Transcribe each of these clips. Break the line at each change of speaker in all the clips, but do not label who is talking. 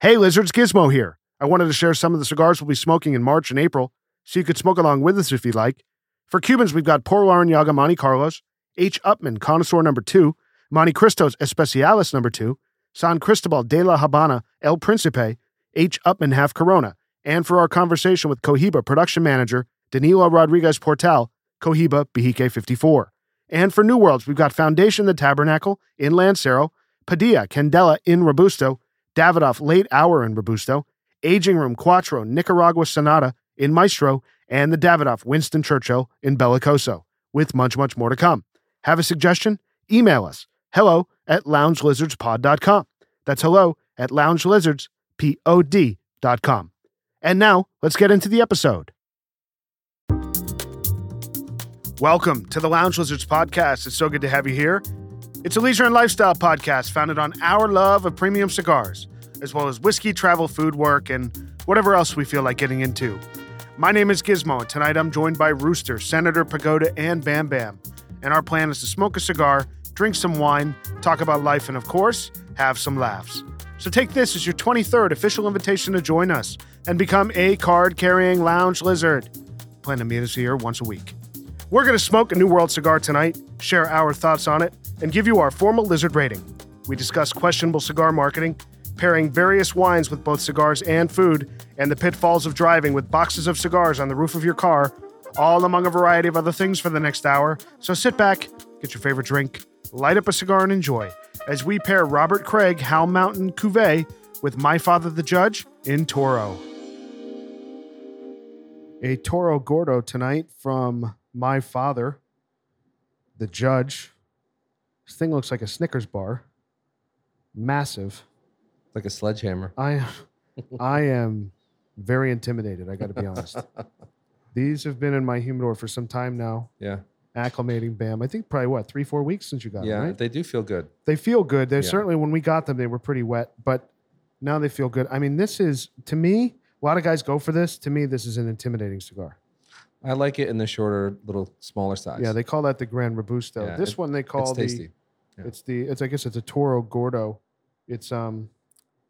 Hey, Lizards, Gizmo here. I wanted to share some of the cigars we'll be smoking in March and April, so you could smoke along with us if you'd like. For Cubans, we've got Por Laranaga Monte Carlos, H. Upman Connoisseur Number 2, Monte Cristo's Especialis Number 2, San Cristobal de la Habana El Principe, H. Upman Half Corona. And for our conversation with Cohiba production manager Danilo Rodriguez Portal, Cohiba Bihique 54. And for New Worlds, we've got Foundation the Tabernacle in Lancero, Padilla Candela in Robusto, Davidoff Late Hour in Robusto, Aging Room Quattro Nicaragua Sonata in Maestro, and the Davidoff Winston Churchill in Bellicoso, with much, much more to come. Have a suggestion? Email us hello at loungelizardspod.com. That's hello at loungelizardspod.com. And now, let's get into the episode. Welcome to the Lounge Lizards podcast. It's so good to have you here. It's a leisure and lifestyle podcast founded on our love of premium cigars, as well as whiskey, travel, food, work, and whatever else we feel like getting into. My name is Gizmo, and tonight I'm joined by Rooster, Senator Pagoda, and Bam Bam. And our plan is to smoke a cigar, drink some wine, talk about life, and of course, have some laughs. So take this as your 23rd official invitation to join us and become a card carrying lounge lizard. Plan to meet us here once a week. We're going to smoke a New World cigar tonight, share our thoughts on it, and give you our formal lizard rating. We discuss questionable cigar marketing, pairing various wines with both cigars and food, and the pitfalls of driving with boxes of cigars on the roof of your car, all among a variety of other things for the next hour. So sit back, get your favorite drink, light up a cigar, and enjoy as we pair Robert Craig Howl Mountain Cuvée with My Father the Judge in Toro. A Toro Gordo tonight from My Father the Judge. This thing looks like a Snickers bar. Massive.
like a sledgehammer.
I I am very intimidated, I gotta be honest. These have been in my humidor for some time now,
Yeah,
acclimating Bam. I think probably what, three, four weeks since you got
yeah,
it, right?
they do feel good.
They feel good. They are
Yeah.
certainly when we got them, they were pretty wet, but now they feel good. I mean, this is to me, a lot of guys go for this. To me, this is an intimidating cigar.
I like it in the shorter, little, smaller size.
Yeah, they call that the Grand Robusto.
Yeah,
this
it-
one they call
it's
the
tasty. yeah.
it's the it's I guess it's a Toro Gordo. It's um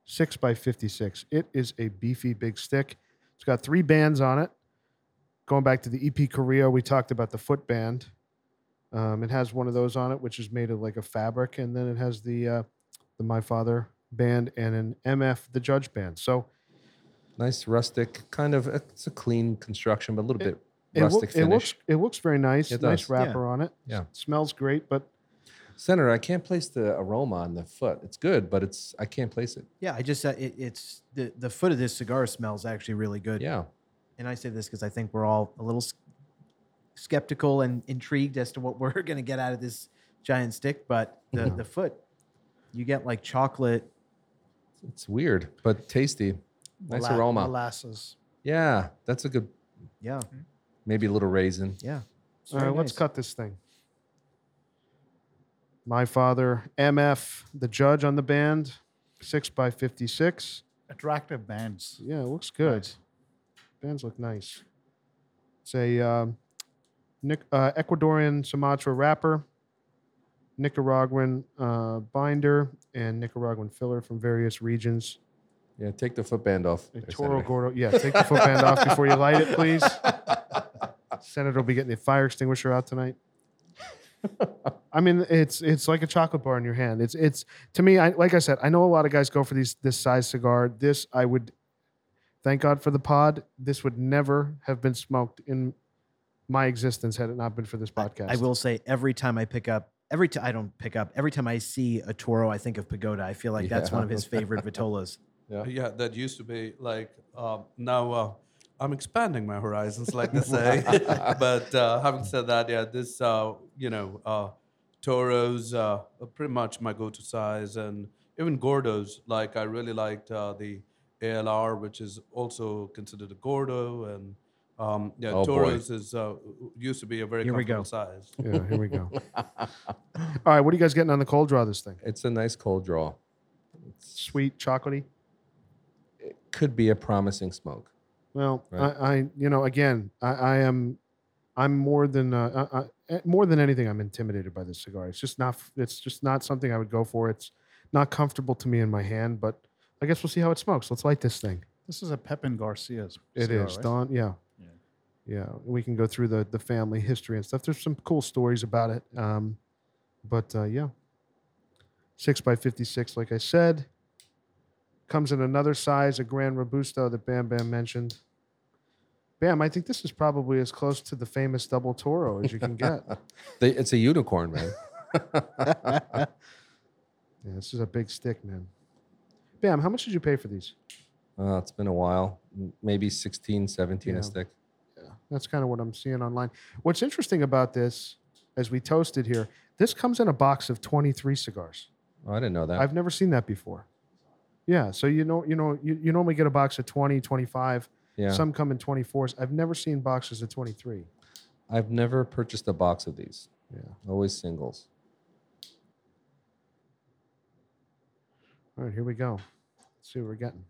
six by fifty six. It is a beefy big stick. It's got three bands on it. Going back to the EP Carrillo, we talked about the foot band. Um, it has one of those on it, which is made of like a fabric, and then it has the uh, the My Father band and an MF the Judge band. So
Nice rustic, kind of. It's a clean construction, but a little
It-
bit
it, loo-
rustic
it
finish.
looks it looks very nice.
It
nice
does.
wrapper on it.
Yeah.
smells great, but
Senator, I can't place the aroma on the foot. It's good, but it's I can't place it.
Yeah, I just uh, it, it's the the foot of this cigar smells actually really good.
Yeah,
and I say this because I think we're all a little s- skeptical and intrigued as to what we're going to get out of this giant stick, but
Mm-hmm.
the, the foot, you get like chocolate,
it's weird, but tasty. Nice
Mela-
aroma.
Molasses.
Yeah, that's a good.
yeah,
Maybe a little raisin.
yeah. It's
All right,
very
let's
nice.
cut this thing. My father, MF, the judge on the band, six by fifty-six.
Attractive bands.
Yeah, it looks good. Bands look nice. It's a um, Nic- uh, Ecuadorian Sumatra wrapper, Nicaraguan uh, binder, and Nicaraguan filler from various regions.
Yeah, take the footband off.
A
there,
Toro
Senator.
Gordo. Yeah, take the footband off before you light it, please. Senator will be getting the fire extinguisher out tonight. I mean, it's it's like a chocolate bar in your hand. It's it's to me, I, like I said, I know a lot of guys go for these this size cigar. This I would, thank God for the pod. This would never have been smoked in my existence had it not been for this podcast.
I will say every time I pick up, every time I don't pick up, every time I see a Toro, I think of Pagoda. I feel like that's one of his favorite Vitolas.
Yeah, that used to be like um, now. Uh, I'm expanding my horizons, like they say. but uh, having said that, yeah, this uh, you know uh, Toros uh, are pretty much my go-to size, and even Gordos. Like I really liked uh, the ALR, which is also considered a Gordo, and um, yeah,
Oh, boy.
Toros is uh, used to be a very
Here we
comfortable
go.
size.
Yeah, here we go. All right, what are you guys getting on the cold draw? This thing,
It's a nice cold draw.
sweet, chocolatey.
Could be a promising smoke.
Well,
Right.
I, I, you know, again, I, I am, I'm more than, uh, I, I, eh, more than anything, I'm intimidated by this cigar. It's just not, it's just not something I would go for. It's not comfortable to me in my hand, but I guess we'll see how it smokes. Let's light this thing.
This is a Pepin Garcia's.
It
cigar,
is
right?
Don. Yeah.
Yeah.
yeah, We can go through the the family history and stuff. There's some cool stories about it. Um, but uh, yeah, six by fifty six, like I said, comes in another size, a Grand Robusto that Bam Bam mentioned. Bam, I think this is probably as close to the famous double Toro as you can get.
They, it's a unicorn, man.
yeah, this is a big stick, man. Bam, how much did you pay for these?
Uh, it's been a while, M- maybe 16, 17
Yeah.
a stick.
That's kind of what I'm seeing online. What's interesting about this, as we toasted here, this comes in a box of 23 cigars.
Oh, I didn't know that.
I've never seen that before. Yeah, so you know, you know, you, you normally get a box of 20, 25.
yeah,
Some come in 24s. I've never seen boxes of 23.
I've never purchased a box of these.
Yeah.
Always singles.
All right, here we go. Let's see what we're getting.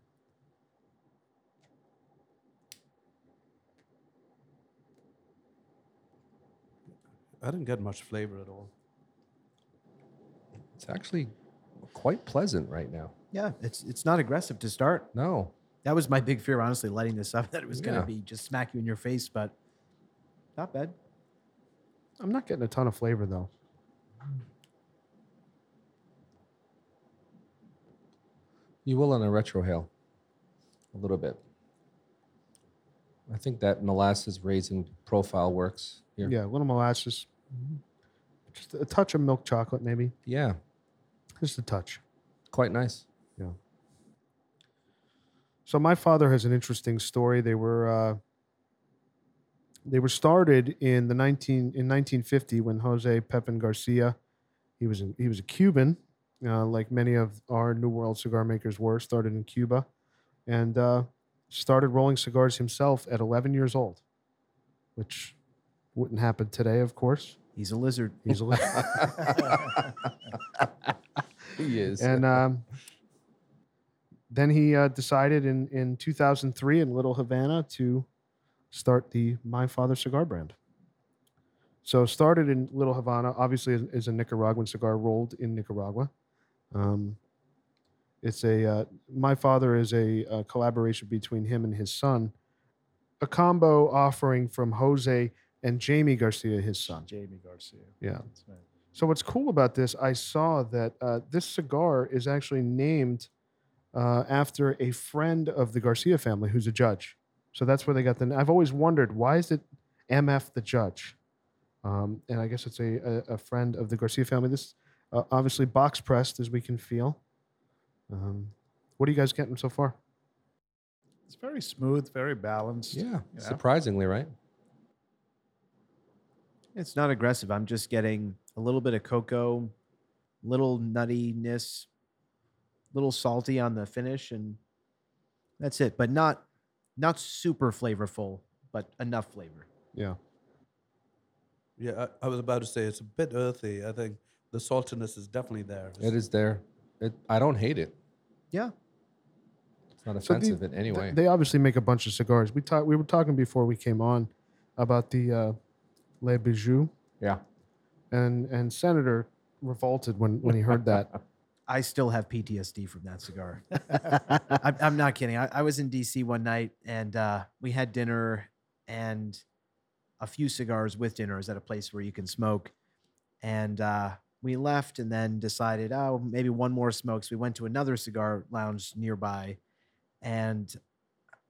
I didn't get much flavor at all.
It's actually quite pleasant right now.
Yeah, it's it's not aggressive to start.
No,
That was my big fear, honestly, lighting this up that it was going
Yeah.
to be just smack you in your face, but not bad.
I'm not getting a ton of flavor though.
you will on a retrohale, a little bit. I think that molasses raisin profile works here.
Yeah, a little molasses. Just a touch of milk chocolate, maybe.
yeah,
Just a touch.
quite nice.
So my father has an interesting story. They were uh, they were started in the nineteen in nineteen fifty when Jose Pepin Garcia, he was a, he was a Cuban, uh, like many of our New World cigar makers were started in Cuba, and uh, started rolling cigars himself at eleven years old, which wouldn't happen today, of course.
He's a lizard.
He's a little.
he is.
And um, then he uh, decided in, in 2003 in Little Havana to start the My Father cigar brand. So started in Little Havana, obviously is, is a Nicaraguan cigar rolled in Nicaragua. Um, it's a uh, My Father is a, uh collaboration between him and his son, a combo offering from Jose and Jamie Garcia, his son.
Jamie Garcia.
Yeah.
That's right.
So what's cool about this? I saw that uh, this cigar is actually named uh, after a friend of the Garcia family, who's a judge. So that's where they got the. n- I've always wondered why is it MF the judge? Um, and I guess it's a, a, a friend of the Garcia family. This uh, obviously box pressed, as we can feel. Um, what are you guys getting so far?
It's very smooth, very balanced.
yeah,
know?
surprisingly, right?
It's not aggressive. I'm just getting a little bit of cocoa, little nuttiness, little salty on the finish, and that's it. But not not super flavorful, but enough flavor.
Yeah,
Yeah, I, I was about to say it's a bit earthy. I think the saltiness is definitely there.
It is there. It, I don't hate it.
Yeah.
It's not
So the-
offensive in any
Th-
way.
they obviously make a bunch of cigars. We talked. We were talking before we came on about the uh, Le Bijou.
yeah.
and and Senator revolted when when he heard that.
I still have PTSD from that cigar. I'm, I'm not kidding. I, I was in DC one night and uh, we had dinner and a few cigars with dinner is at a place where you can smoke. And uh, we left and then decided, oh, maybe one more smoke. So we went to another cigar lounge nearby. And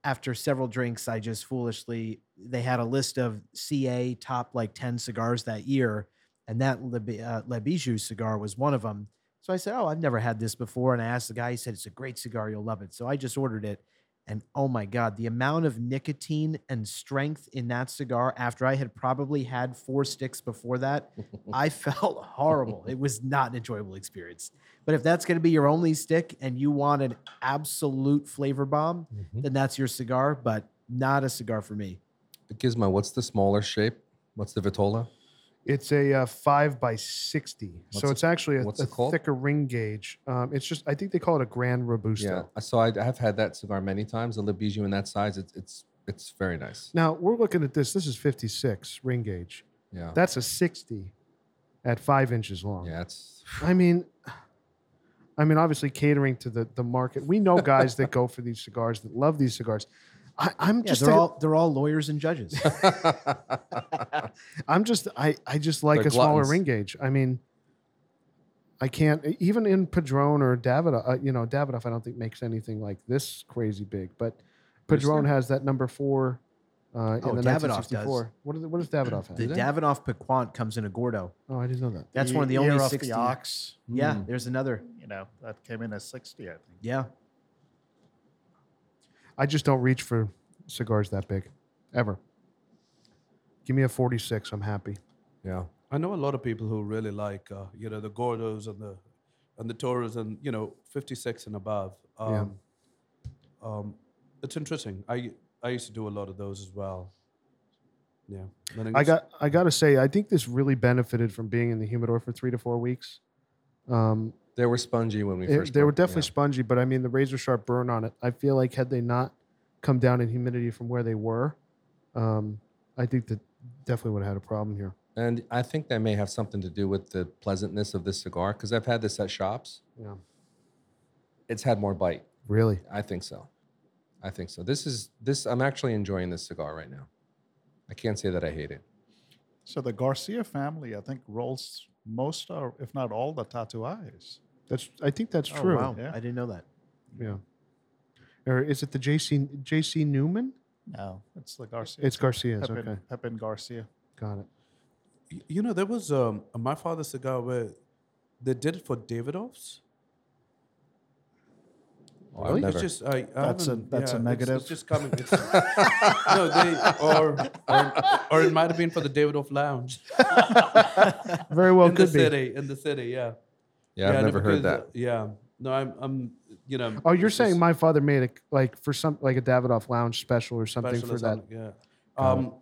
after several drinks, I just foolishly, they had a list of CA top like 10 cigars that year. And that Le, Bi- uh, Le Bijou cigar was one of them. So I said, Oh, I've never had this before. And I asked the guy, he said, It's a great cigar. You'll love it. So I just ordered it. And oh my God, the amount of nicotine and strength in that cigar after I had probably had four sticks before that, I felt horrible. It was not an enjoyable experience. But if that's going to be your only stick and you want an absolute flavor bomb,
Mhm.
then that's your cigar, but not a cigar for me.
Gizmo, what's the smaller shape? What's the Vitola?
It's a uh, five by sixty, so
What's
it's actually a,
what's
a
it called?
thicker ring gauge. Um, it's just I think they call it a Grand Robusto.
Yeah. I- So I, I have had that cigar many times. A Le Bijou in that size, it's it's it's very nice.
Now we're looking at this. This is fifty six ring gauge.
Yeah.
That's a sixty at five inches long.
yeah. It's
I mean, I mean, obviously catering to the, the market. We know guys that go for these cigars that love these cigars. I, I'm
Yeah,
just
they're
a-
all they're all lawyers and judges.
I'm just I I just like
They're
a smaller
gluttons.
ring gauge. I mean, I can't e, even in Padron or Davidoff. Uh, you know, Davidoff I don't think makes anything like this crazy big, but Padron has that number four. Uh, in
Oh,
the
Davidoff does.
1964. What, is, what does Davidoff have?
the Davidoff Piquant comes in a Gordo.
oh, I didn't know that.
That's
Ye-
one of the only
year off
60.
the ox.
Yeah,
Mm.
there's another.
You know that came in at sixty, I think.
Yeah,
I just don't reach for cigars that big, ever. Give me a 46. I'm happy.
yeah.
I know a lot of people who really like, uh, you know, the Gordos and the and the Toros and you know, 56 and above. Um,
Yeah.
um, it's interesting. I I used to do a lot of those as well. Yeah, Then
I
guess-
got I gotta say, I think this really benefited from being in the humidor for three to four weeks. Um,
They were spongy when we
it-
first.
they were
broke- yeah.
definitely spongy, but I mean the razor sharp burn on it. I feel like had they not come down in humidity from where they were, um, I think that definitely would have had a problem here.
And I think that may have something to do with the pleasantness of this cigar because I've had this at shops.
Yeah.
It's had more bite.
Really,
I think so. I think so. This is this. I'm actually enjoying this cigar right now. I can't say that I hate it.
So the Garcia family, I think, rolls most or if not all the tatuajes.
that's I think that's true.
Oh, wow,
yeah.
I didn't know that.
Yeah. Or is it the JC JC Newman?
No, it's the Garcia.
It's Garcia's.
Pepin,
Okay,
Pepin Garcia.
got it.
Y- You know, there was um, a my father's cigar where they did it for Davidoff's.
Oh,
It's
I've never.
just I, I
That's a-
haven't-
that's
it's-
a
It's,
negative.
just coming. It's, no, they or, or or it might have been for the Davidoff Lounge
Very well
in the
could be.
city. In the city, yeah.
yeah, I've
no,
never heard
because,
that.
uh, Yeah. No, I'm, I'm you know.
Oh, you're
it's
saying
just
my father made a like for some like a Davidoff Lounge special or something
special
for
or
that?
something, Yeah. Um,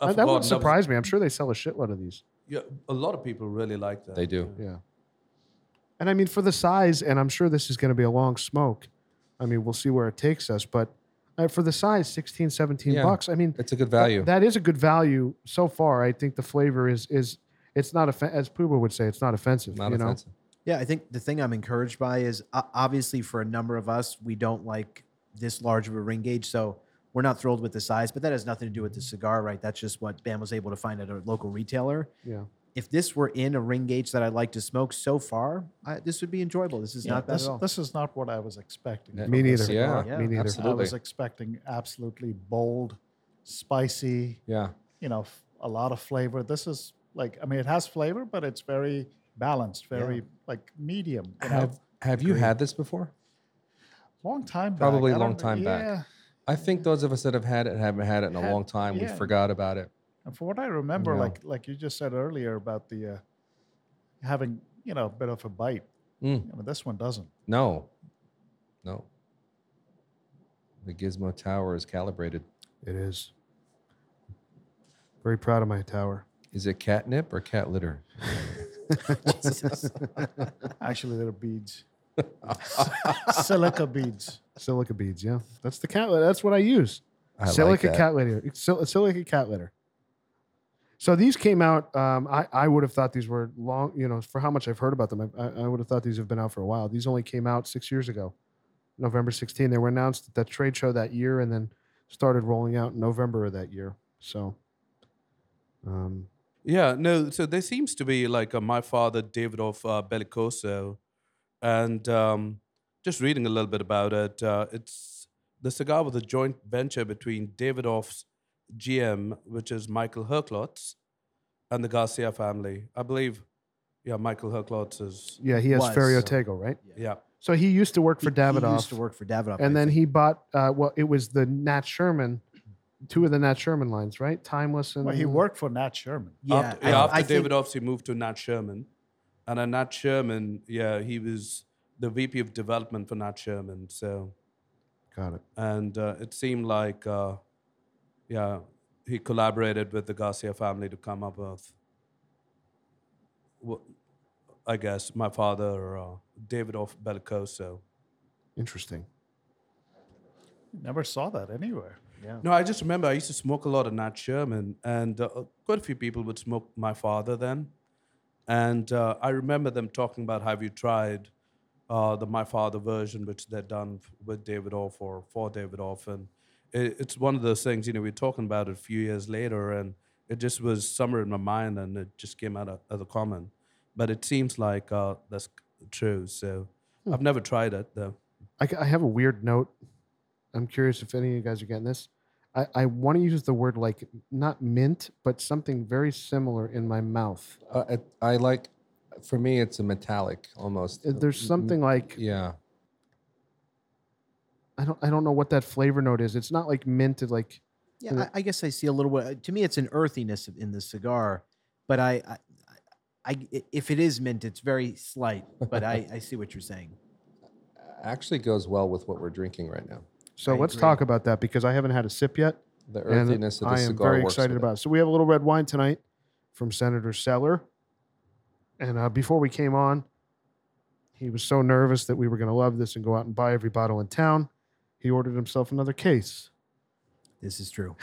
I
Uh, that
forgot,
wouldn't
was-
surprise me. I'm sure they sell a shitload of these.
yeah, a lot of people really like that.
They do.
Yeah. And I mean, for the size, and I'm sure this is going to be a long smoke. I mean, we'll see where it takes us, but uh, for the size, 16, 17
Yeah.
bucks. I mean,
It's a good
th-
value.
that is a good value so far. I think the flavor is is it's not offen- as Puba would say, it's not offensive.
Not
you know?
offensive.
Yeah, I think the thing I'm encouraged by is uh, obviously for a number of us, we don't like this large of a ring gauge, so we're not thrilled with the size. But that has nothing to do with the cigar, right? That's just what Bam was able to find at a local retailer.
Yeah.
If this were in a ring gauge that I like to smoke, so far I, this would be enjoyable. This is
Yeah,
not bad
this,
at all.
this is not what I was expecting.
Yeah.
from
Me
the
neither.
cigar.
Yeah,
Me neither.
I was
Absolutely.
expecting absolutely bold, spicy,
Yeah.
you know, f- a lot of flavor. This is like, I mean, it has flavor, but it's very balanced, very like medium. You know,
Have Have you had this before?
long time back.
Probably
I
long
don't-
time back.
Yeah.
I think those of us that have had it haven't had it in a
Had-
long time.
yeah.
We forgot about it.
And for what I remember,
Yeah.
like like you just said earlier about the uh, having, you know, a bit of a bite.
Mm.
I mean, this one doesn't.
No. No. The Gizmo Tower is calibrated.
It is. Very proud of my tower.
Is it catnip or cat litter?
Actually, there are beads, silica beads.
Silica beads, yeah. That's the cat. li- That's what I use.
I like
silica
that.
cat litter. It's sil- Silica cat litter. So these came out. Um, I I would have thought these were long. You know, for how much I've heard about them, I, I I would have thought these have been out for a while. These only came out six years ago, November 16. They were announced at that trade show that year, and then started rolling out in November of that year. So, um,
Yeah, no. So there seems to be like a my father Davidoff uh, Bellicoso, and um, just reading a little bit about it, uh, it's the cigar was a joint venture between Davidoff's GM, which is Michael Herklotz, and the Garcia family. I believe, yeah, Michael Herklotz is
yeah, he has
Was.
Ferriotego, right?
yeah.
So he used to work for
He-
Davidoff.
he used to work for Davidoff,
and
I
then
think.
he bought. Uh, well, it was the Nat Sherman, two of the Nat Sherman lines, right? Timeless and
Well, he worked for Nat Sherman.
yeah,
after,
I-
yeah,
I
after
think-
David Offs, he moved to Nat Sherman. And then Nat Sherman, yeah, he was the VP of development for Nat Sherman. So,
Got it.
and uh, it seemed like, uh, yeah, he collaborated with the Garcia family to come up with, wha- I guess, my father, uh, David Off Bellicoso.
Interesting.
Never saw that anywhere.
No, I just remember I used to smoke a lot of Nat Sherman, and uh, quite a few people would smoke my father then. And uh, I remember them talking about, have you tried uh, the My Father version, which they've done f- with David Off or for David Off. And it, it's one of those things, you know, we are talking about it a few years later, and it just was somewhere in my mind and it just came out of, of the common. But it seems like uh, that's c- true. So
Hmm.
I've never tried it, though.
I, ca- I have a weird note. I'm curious if any of you guys are getting this. I, I want to use the word like not mint, but something very similar in my mouth.
Uh, it, I like, for me, it's a metallic almost.
Uh, There's
Mm,
something like
Yeah.
I don't I don't know what that flavor note is. It's not like mint. It's like
Yeah,
And
I, I guess I see a little bit. uh, To me, it's an earthiness in the cigar, but I, I, I- I if it is mint, it's very slight. But I, I see what you're saying.
Actually goes well with what we're drinking right now.
so.
I
let's
agree.
talk about that because I haven't had a sip yet,
The
and
earthiness of the
I am
cigar.
very
works
excited
with
about it. So we have a little red wine tonight from Senator Seller, and uh, before we came on, he was so nervous that we were going to love this and go out and buy every bottle in town. He ordered himself another case.
This is true.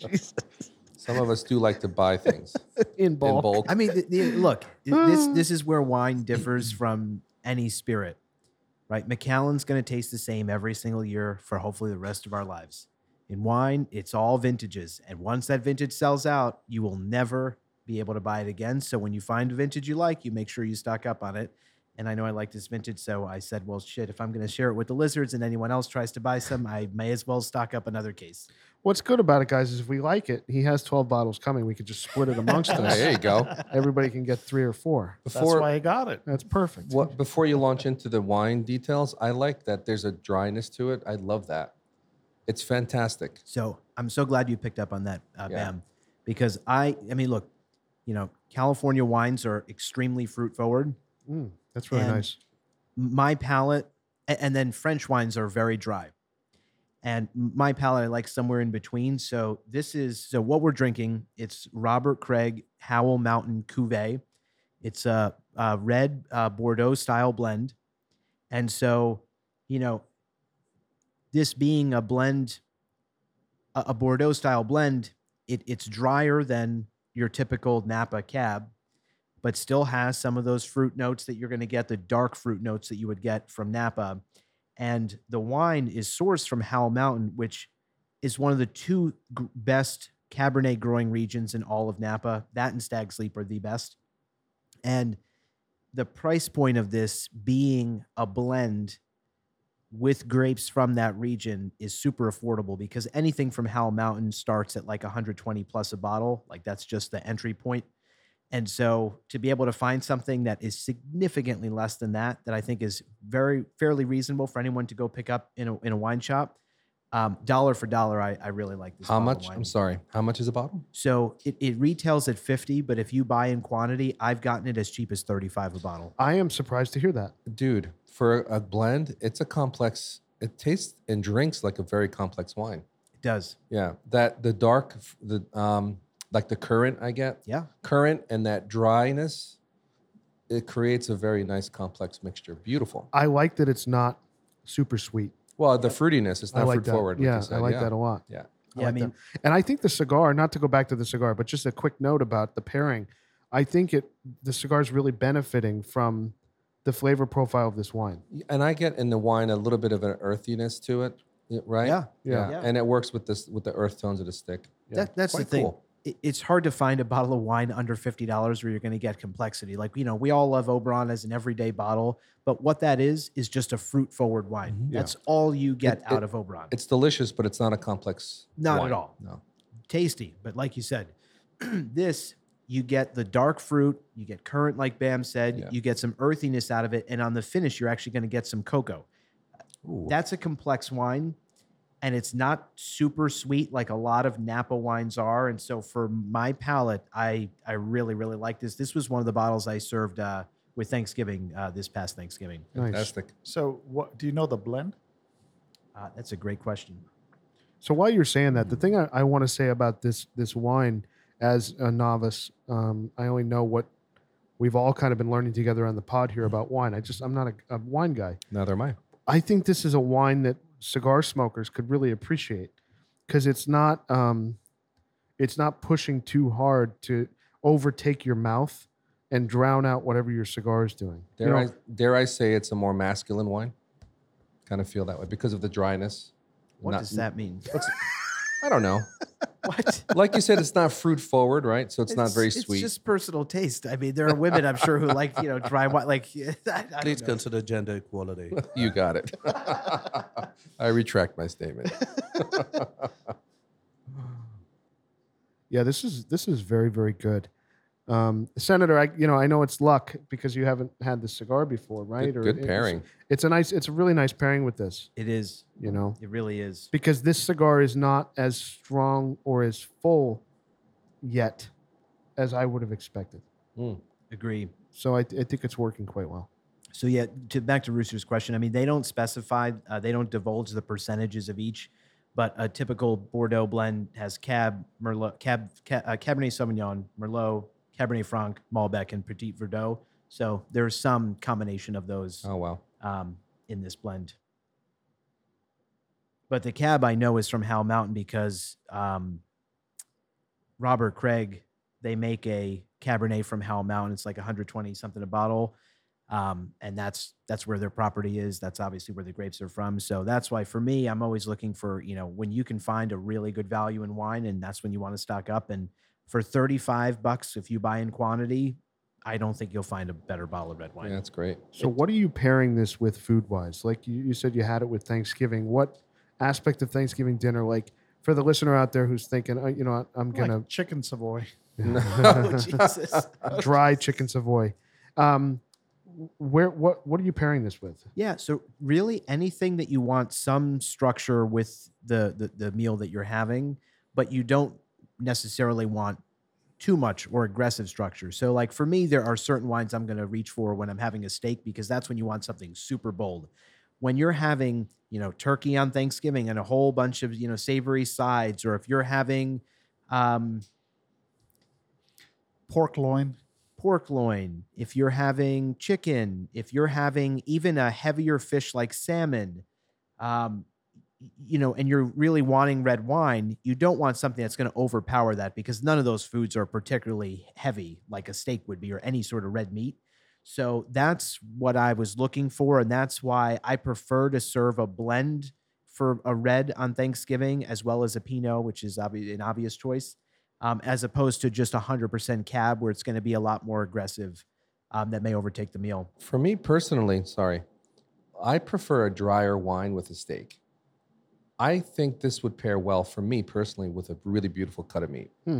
it. Some of us do like to buy things
in
in
bulk.
bulk.
I mean, the, the, look, i- this this is where wine differs from any spirit, right? Macallan's going to taste the same every single year for hopefully the rest of our lives. In wine, it's all vintages, and once that vintage sells out, you will never be able to buy it again. So when you find a vintage you like, you make sure you stock up on it. And I know I like this vintage, so I said, "Well, shit, if I'm going to share it with the lizards and anyone else tries to buy some, I may as well stock up another case."
What's good about it, guys, is if we like it, he has 12 bottles coming. We could just split it amongst
Hey, there
us.
you go.
Everybody can get three or four.
That's
Before
why I got it.
That's perfect.
what before you launch into the wine details, I like that there's a dryness to it. I love that. It's fantastic.
So I'm so glad you picked up on that, uh,
Yeah.
Bam, because I, I mean, look, you know, California wines are extremely fruit forward.
Mm, that's really
And-
nice.
My palate, a- and then French wines are very dry. And my palate, I like somewhere in between. So this is so what we're drinking. It's Robert Craig Howell Mountain Cuvée. It's a, a red uh, Bordeaux style blend, and so you know, this being a blend, a, a Bordeaux style blend, it, it's drier than your typical Napa cab, but still has some of those fruit notes that you're going to get, the dark fruit notes that you would get from Napa. And the wine is sourced from Howell Mountain, which is one of the two g- best Cabernet growing regions in all of Napa. That and Stag's Leap are the best. And the price point of this being a blend with grapes from that region is super affordable because anything from Howell Mountain starts at like 120 plus a bottle. Like that's just the entry point. And so to be able to find something that is significantly less than that, that I think is very fairly reasonable for anyone to go pick up in a, in a wine shop, um, dollar for dollar, I, I really like this.
How
bottle of
much?
wine.
I'm sorry. How much is a bottle?
So it, it retails at 50, but if you buy in quantity, I've gotten it as cheap as 35 a bottle.
I am surprised to hear that.
Dude, for a blend, it's a complex. It tastes and drinks like a very complex wine.
It does.
Yeah, that the dark, f- the um, like the current I get,
Yeah.
current and that dryness, it creates a very nice complex mixture. Beautiful.
I like that it's not super sweet.
Well, the fruitiness, it's
I
not
like
fruit
that.
forward. like you
yeah, I
said,
like
yeah.
that a lot.
Yeah.
I
Yeah, I
like that.
mean,
And I think the cigar, not to go back to the cigar, but just a quick note about the pairing. I think it the cigar's really benefiting from the flavor profile of this wine.
and I get in the wine a little bit of an earthiness to it, y- right?
Yeah,
yeah.
Yeah.
And it works with this with the earth tones of the stick.
Yeah.
that, that's the
Quite
thing.
cool.
It- It's hard to find a bottle of wine under $50 where you're going to get complexity. Like, you know, we all love Oberon as an everyday bottle, but what that is, is just a fruit forward wine.
Yeah.
That's all you get
Mm-hmm. It-
out
it-
of Oberon.
It's delicious, but it's not a complex.
Not at
wine.
all.
No.
tasty. But like you said, this you get the dark fruit, you get currant, like Bam said,
Yeah.
you get some earthiness out of it, and on the finish, you're actually going to get some cocoa.
Ooh.
That's a complex wine, and it's not super sweet like a lot of Napa wines are. And so for my palate, I I really really like this. This was one of the bottles I served uh, with Thanksgiving uh, this past Thanksgiving.
Nice.
Fantastic.
So, what do you know the blend?
Uh, that's a great question.
So while you're saying that, the thing I, I want to say about this this wine as a novice, um, I only know what we've all kind of been learning together on the pod here about wine. I just I'm not a, a wine guy.
Neither am I.
I think this is a wine that cigar smokers could really appreciate because it's not um, it's not pushing too hard to overtake your mouth. and drown out whatever your cigar is doing. You
Dare
know,
I dare I say it's a more masculine wine? Kind of feel that way because of the dryness.
What
Not-
does that mean?
I don't know.
What?
Like you said, it's not fruit forward, right? So it's, not very sweet.
It's just personal taste. I mean, there are women I'm sure who like you know dry wine. Like, I, I don't
Please
know.
consider gender equality.
you got it. I retract my statement.
Yeah, this is this is very very good, um, Senator. I you know I know it's luck because you haven't had this cigar before, right?
Good, good
it's-
pairing.
It's a nice, it's a really nice pairing with this,
It is.
you know,
It really is.
because this cigar is not as strong or as full yet as I would have expected.
Agree.
So I, I think it's working quite well.
So yeah, to back to Rooster's question. I mean, they don't specify, uh, they don't divulge the percentages of each, but a typical Bordeaux blend has Cab, Merlot, Cab, Ca- uh, Cabernet Sauvignon, Merlot, Cabernet Franc, Malbec, and Petit Verdot. So there's some combination of those
Oh wow.
um, in this blend. But the cab I know is from Hal Mountain because um, Robert Craig, they make a Cabernet from Hal Mountain. It's like 120 something a bottle. Um, and that's that's where their property is. That's obviously where the grapes are from. So that's why for me, I'm always looking for, you know, when you can find a really good value in wine, and that's when you want to stock up. And for 35 bucks, if you buy in quantity, I don't think you'll find a better bottle of red wine.
Yeah, that's great.
So what are you pairing this with food wise? Like you, you said, you had it with Thanksgiving. What aspect of Thanksgiving dinner? Like for the listener out there who's thinking, oh, you know, what, I'm
Like
gonna
chicken Savoy.
oh, Jesus.
dry chicken Savoy. Um, where what what are you pairing this with?
Yeah, so really anything that you want some structure with the, the the meal that you're having, but you don't necessarily want too much or aggressive structure. So like for me there are certain wines I'm going to reach for when I'm having a steak because that's when you want something super bold. When you're having, you know, turkey on Thanksgiving and a whole bunch of, you know, savory sides or if you're having um
Pork loin.
pork loin, if you're having chicken, if you're having even a heavier fish like salmon, um, y- you know, and you're really wanting red wine, you don't want something that's going to overpower that because none of those foods are particularly heavy like a steak would be or any sort of red meat. So that's what I was looking for. And that's why I prefer to serve a blend for a red on Thanksgiving as well as a Pinot, which is obvi- an obvious choice um, as opposed to just 100% cab where it's going to be a lot more aggressive um, that may overtake the meal.
For me personally, sorry, I prefer a drier wine with a steak. I think this would pair well for me personally with a really beautiful cut of meat.
It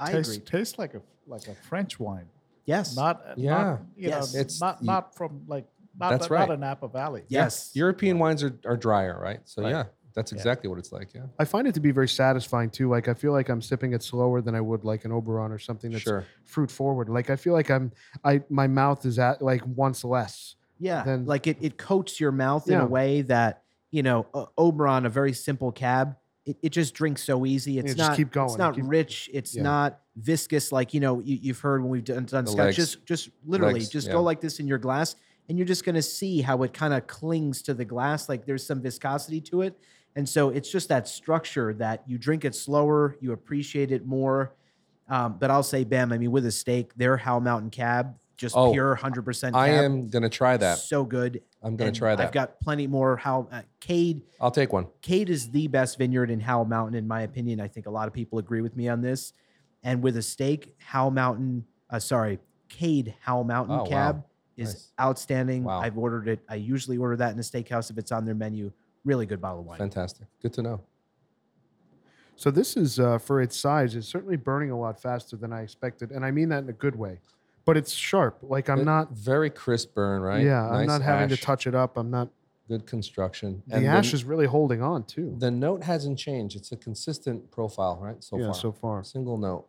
I
tastes
agree.
tastes like a like a French wine.
Yes.
Not
Yeah.
Not, you
Yes.
know,
It's-
not
you-
not from like not
That's
the-
right.
not a Napa Valley.
yes.
European wines are, are drier, right? So yeah, that's exactly what it's like. Yeah.
I find it to be very satisfying too. Like I feel like I'm sipping it slower than I would like an Oberon or something that's
Sure.
fruit forward. Like I feel like I'm I my mouth is at like once less.
yeah.
then-
like it, it coats your mouth in
Yeah.
a way that, you know, o- Oberon, a very simple cab, it, it just drinks so easy. It's
just
not
keep going,
It's not
keep-
rich. It's
yeah.
not viscous. Like, you know, you, you've heard when we've done, done
The
scotch,
legs.
just, just literally
Legs,
just
yeah.
go like this in your glass and you're just going to see how it kind of clings to the glass. Like there's some viscosity to it. And so it's just that structure that you drink it slower, you appreciate it more. Um, but I'll say, Bam, I mean, with a steak, their Hal Mountain Cab, just
Oh,
pure 100% cab.
I am gonna try that.
So good.
I'm gonna
And
try that.
I've got plenty more. How uh, Cade,
I'll take one.
Cade is the best vineyard in Howell Mountain, in my opinion. I think a lot of people agree with me on this. And with a steak, Howell Mountain, uh, sorry, Cade Howell Mountain
Oh, wow.
Cab is
Nice.
outstanding.
Wow.
I've ordered it. I usually order that in a steakhouse if it's on their menu. Really good bottle of wine.
Fantastic. Good to know.
So this is uh, for its size. It's certainly burning a lot faster than I expected, and I mean that in a good way. But it's sharp. Like I'm
It-
not.
very crisp burn, right?
Yeah, I'm
Nice
not having
ash,
to touch it up. I'm not.
Good construction.
The
the-
ash is really holding on too.
The note hasn't changed. It's a consistent profile, right? So
yeah,
far.
so far,
Single note.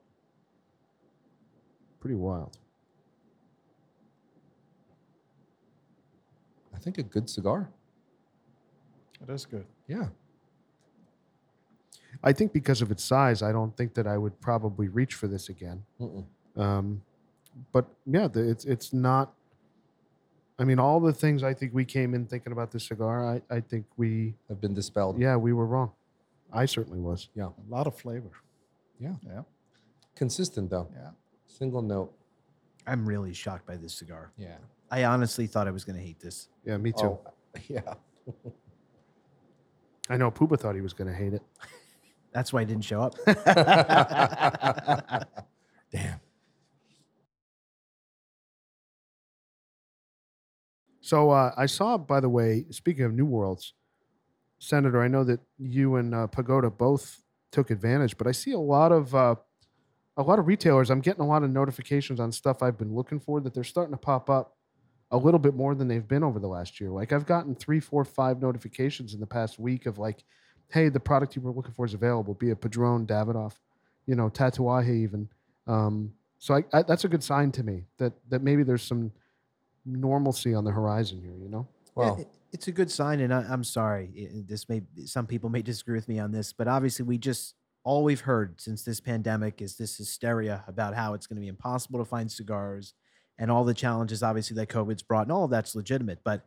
pretty wild.
I think a good cigar.
It is good.
Yeah.
I think because of its size, I don't think that I would probably reach for this again.
Mm-mm.
Um, but yeah, the, it's it's not. I mean, all the things I think we came in thinking about this cigar, I, I think we,
Have been dispelled.
yeah, we were wrong. I certainly was.
A lot of flavor.
Yeah.
Yeah.
Consistent though.
Yeah.
Single note.
I'm really shocked by this cigar.
Yeah.
I honestly thought I was going to hate this.
Yeah, me too.
Oh, yeah.
I know Pooba thought he was going to hate it.
That's why I didn't show up.
Damn.
So uh, I saw, by the way, speaking of New Worlds, Senator, I know that you and uh, Pagoda both took advantage, but I see a lot of uh, a lot of retailers. I'm getting a lot of notifications on stuff I've been looking for that they're starting to pop up a little bit more than they've been over the last year. Like I've gotten three, four, five notifications in the past week of like, hey, the product you were looking for is available. Be it Padron, Davidoff, you know, Tatuaje, even. Um, so I, I, that's a good sign to me that that maybe there's some normalcy on the horizon here. You know.
Yeah,
Well,
it- it's a good sign, and I, I'm sorry. i- i- This may some people may disagree with me on this, but obviously, we just all we've heard since this pandemic is this hysteria about how it's going to be impossible to find cigars and all the challenges, obviously, that COVID's brought, and all of that's legitimate. But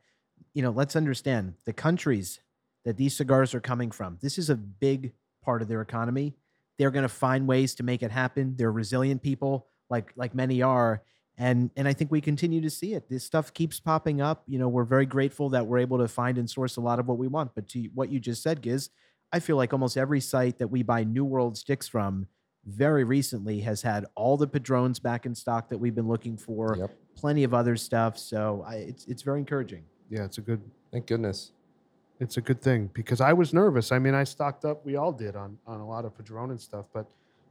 you know, let's understand the countries that these cigars are coming from. This is a big part of their economy. They're going to find ways to make it happen. They're resilient people, like like many are, and and I think we continue to see it. This stuff keeps popping up. You know, we're very grateful that we're able to find and source a lot of what we want. But to what you just said, Giz, I feel like almost every site that we buy New World sticks from very recently has had all the padrones back in stock that we've been looking for.
Yep.
Plenty of other stuff. So I, it's it's very encouraging.
Yeah, it's a good
thank goodness.
it's a good thing because I was nervous. I mean, I stocked up. We all did on on a lot of Padron and stuff, but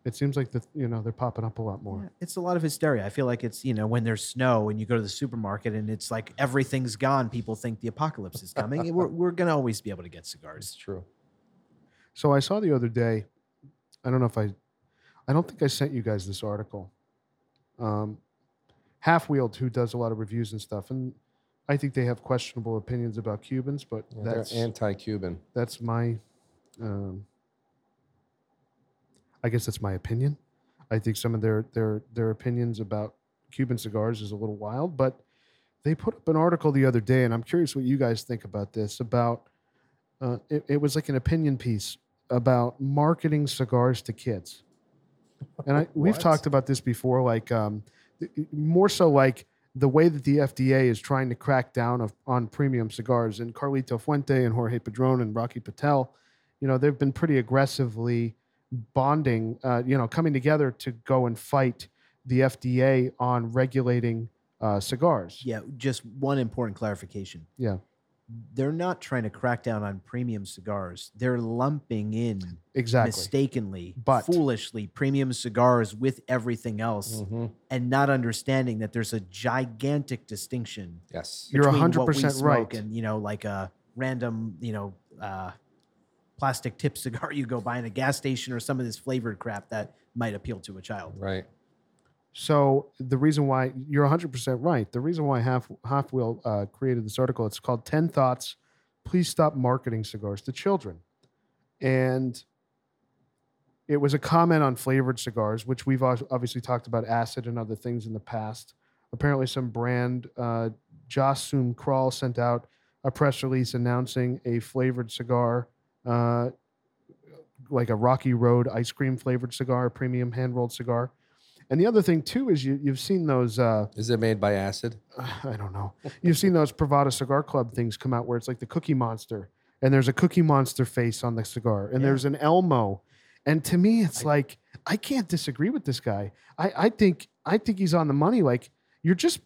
it seems like the you know they're popping up a lot more.
Yeah, it's a lot of hysteria. I feel like it's you know when there's snow and you go to the supermarket and it's like everything's gone. People think the apocalypse is coming. we're we're gonna always be able to get
It's
cigars.
true.
So I saw the other day. I don't know if I, I don't think I sent you guys this article. Um, Half Wheeled, who does a lot of reviews and stuff, and I think they have questionable opinions about Cubans, but
Yeah,
that's
they're anti-Cuban.
that's my um, i guess that's my opinion i think some of their their their opinions about cuban cigars is a little wild but they put up an article the other day and i'm curious what you guys think about this about uh, it, it was like an opinion piece about marketing cigars to kids and I, we've
What?
talked about this before like um, more so like the way that the FDA is trying to crack down of, on premium cigars, and Carlito Fuente and Jorge Padron and Rocky Patel, you know, they've been pretty aggressively bonding, uh, you know, coming together to go and fight the FDA on regulating uh, cigars.
Yeah, just one important clarification.
Yeah.
They're not trying to crack down on premium cigars. They're lumping in
Exactly.
mistakenly,
But-
foolishly, premium cigars with everything else
Mm.
hmm
and not understanding that there's a gigantic distinction.
Yes.
You're
between
100%
what we smoke
right.
And, you know, like a random, you know, uh, plastic tip cigar you go buy in a gas station or some of this flavored crap that might appeal to a child.
Right.
So the reason why you're 100% right, the reason why Half Half Wheel uh, created this article, it's called 10 Thoughts Please Stop Marketing Cigars to Children. And it was a comment on flavored cigars, which we've ob- obviously talked about acid and other things in the past. Apparently, some brand, uh, Jossum Kral, sent out a press release announcing a flavored cigar, uh, like a Rocky Road ice cream flavored cigar, a premium hand rolled cigar. And the other thing too is you you've seen those uh,
Is it made by acid?
I don't know you've seen those Pravada cigar club things come out where it's like the Cookie Monster and there's a Cookie Monster face on the cigar and
Yeah.
there's an Elmo, and to me it's like I can't disagree with this guy. I I think I think he's on the money. Like you're just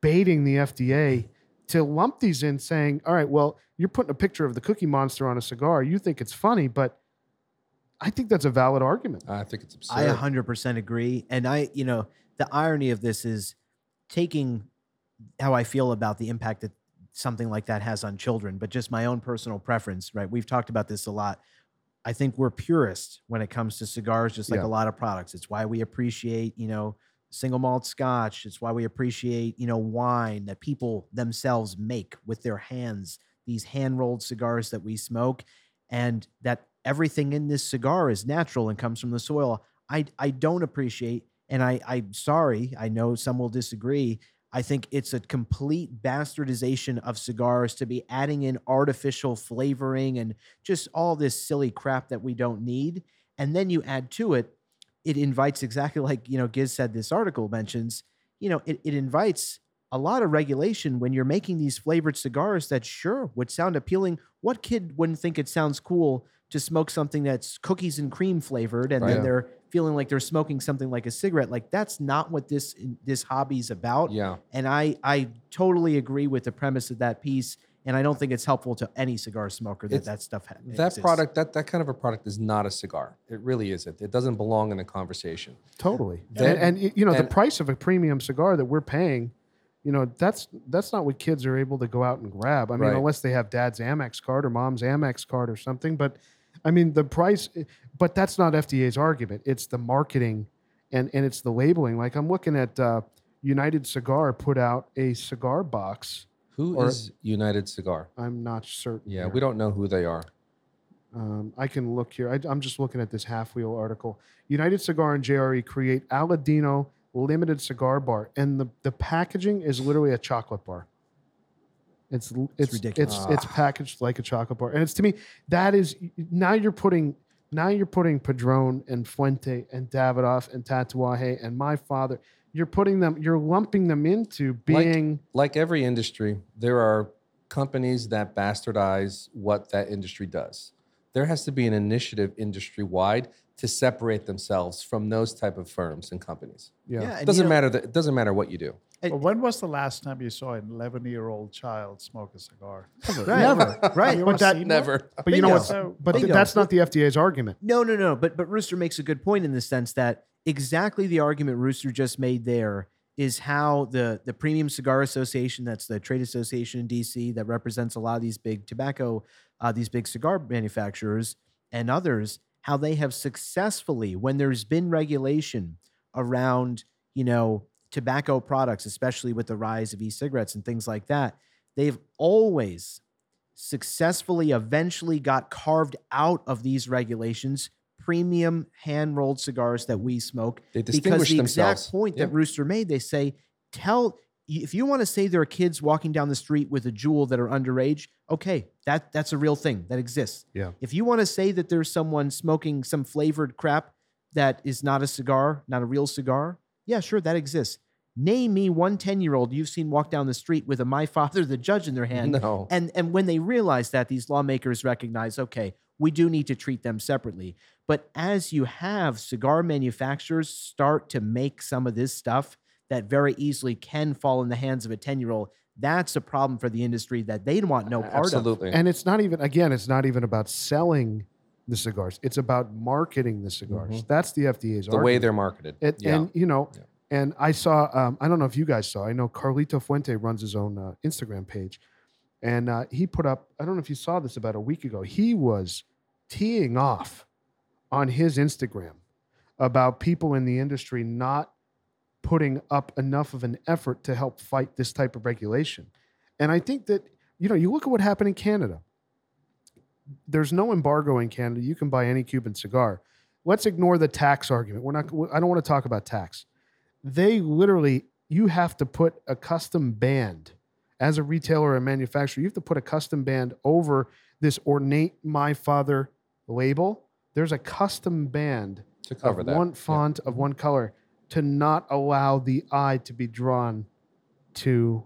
baiting the FDA to lump these in, saying, all right, well you're putting a picture of the Cookie Monster on a cigar. You think it's funny, but I think that's a valid argument.
I think it's absurd.
I 100% agree. And I, you know, the irony of this is taking how I feel about the impact that something like that has on children, but just my own personal preference, right? We've talked about this a lot. I think we're purists when it comes to cigars, just like
Yeah.
a lot of products. It's why we appreciate, you know, single malt scotch. It's why we appreciate, you know, wine that people themselves make with their hands, these hand rolled cigars that we smoke, and that everything in this cigar is natural and comes from the soil. I, I don't appreciate, and I, I'm sorry, I know some will disagree. I think it's a complete bastardization of cigars to be adding in artificial flavoring and just all this silly crap that we don't need. And then you add to it, it invites exactly like, you know, Giz said this article mentions, you know, it, it invites a lot of regulation when you're making these flavored cigars that sure would sound appealing. What kid wouldn't think it sounds cool to smoke something that's cookies and cream flavored and
Right.
then they're feeling like they're smoking something like a cigarette? Like that's not what this this hobby's about.
Yeah.
And I I totally agree with the premise of that piece. And I don't think it's helpful to any cigar smoker that
It's-
that stuff ha-
That
exists.
product, that, that kind of a product is not a cigar. It really isn't. It doesn't belong in a conversation.
Totally.
Then-
and, and, you know
and-
the price of a premium cigar that we're paying, you know that's that's not what kids are able to go out and grab. I mean,
Right.
unless they have dad's Amex card or mom's Amex card or something. But I mean, the price. But that's not FDA's argument. It's the marketing, and and it's the labeling. Like I'm looking at uh, United Cigar put out a cigar box.
Who is
Or-
United Cigar?
I'm not certain.
Yeah,
here.
we don't know who they are.
Um, I can look here. I, I'm just looking at this half wheel article. United Cigar and JRE create Aladino Limited Cigar Bar, and the, the packaging is literally a chocolate bar. It's l- it's it's
ridiculous.
It's, packaged like a chocolate bar, and it's to me that is now you're putting now you're putting Padron and Fuente and Davidoff and Tatuaje and my father. You're putting them. You're lumping them into
Like-
being.
Like every industry, there are companies that bastardize what that industry does. There has to be an initiative industry wide to separate themselves from those type of firms and companies.
Yeah.
and you
It doesn't
know-
matter that it doesn't matter what you do.
But when was the last time you saw an 11 year old child smoke a cigar?
Right.
Never.
Right.
You ever
But that-
seen one?
Never.
But you know
Bingo.
what's But th-
Bingo.
that's not the FDA's argument.
No, no, no. But but Rooster makes a good point in the sense that exactly the argument Rooster just made there is how the the Premium Cigar Association, that's the trade association in DC that represents a lot of these big tobacco, uh, these big cigar manufacturers and others, how they have successfully, when there's been regulation around, you know, tobacco products, especially with the rise of e-cigarettes and things like that, they've always successfully eventually got carved out of these regulations premium hand rolled cigars that we smoke
They
because
distinguish
the
themselves.
exact point
Yeah.
that rooster made they say tell if you want to say there are kids walking down the street with a jewel that are underage okay that that's a real thing that exists
Yeah.
if you want to say that there's someone smoking some flavored crap that is not a cigar not a real cigar yeah sure that exists name me one 10 year old you've seen walk down the street with a my father the judge in their hand
no.
and and when they realize that, these lawmakers recognize, okay, we do need to treat them separately. But as you have cigar manufacturers start to make some of this stuff that very easily can fall in the hands of a 10 year old, that's a problem for the industry that they want no part of.
Absolutely.
And it's not even again, it's not even about selling the cigars. It's about marketing the cigars. That's the FDA's
Mm-hmm. the way they're marketed.
it,
yeah.
and you know,
Yeah.
and I saw um, I don't know if you guys saw. I know Carlito Fuente runs his own uh, Instagram page, and uh, he put up. I don't know if you saw this about a week ago. He was teeing off on his Instagram about people in the industry not putting up enough of an effort to help fight this type of regulation. And I think that, you know, you look at what happened in Canada. There's no embargo in Canada. You can buy any Cuban cigar. Let's ignore the tax argument. We're not I don't want to talk about tax. They literally you have to put a custom band as a retailer or a manufacturer, you have to put a custom band over this ornate my father label. There's a custom band
to cover
of
that.
one
Yeah.
font of one color to not allow the eye to be drawn to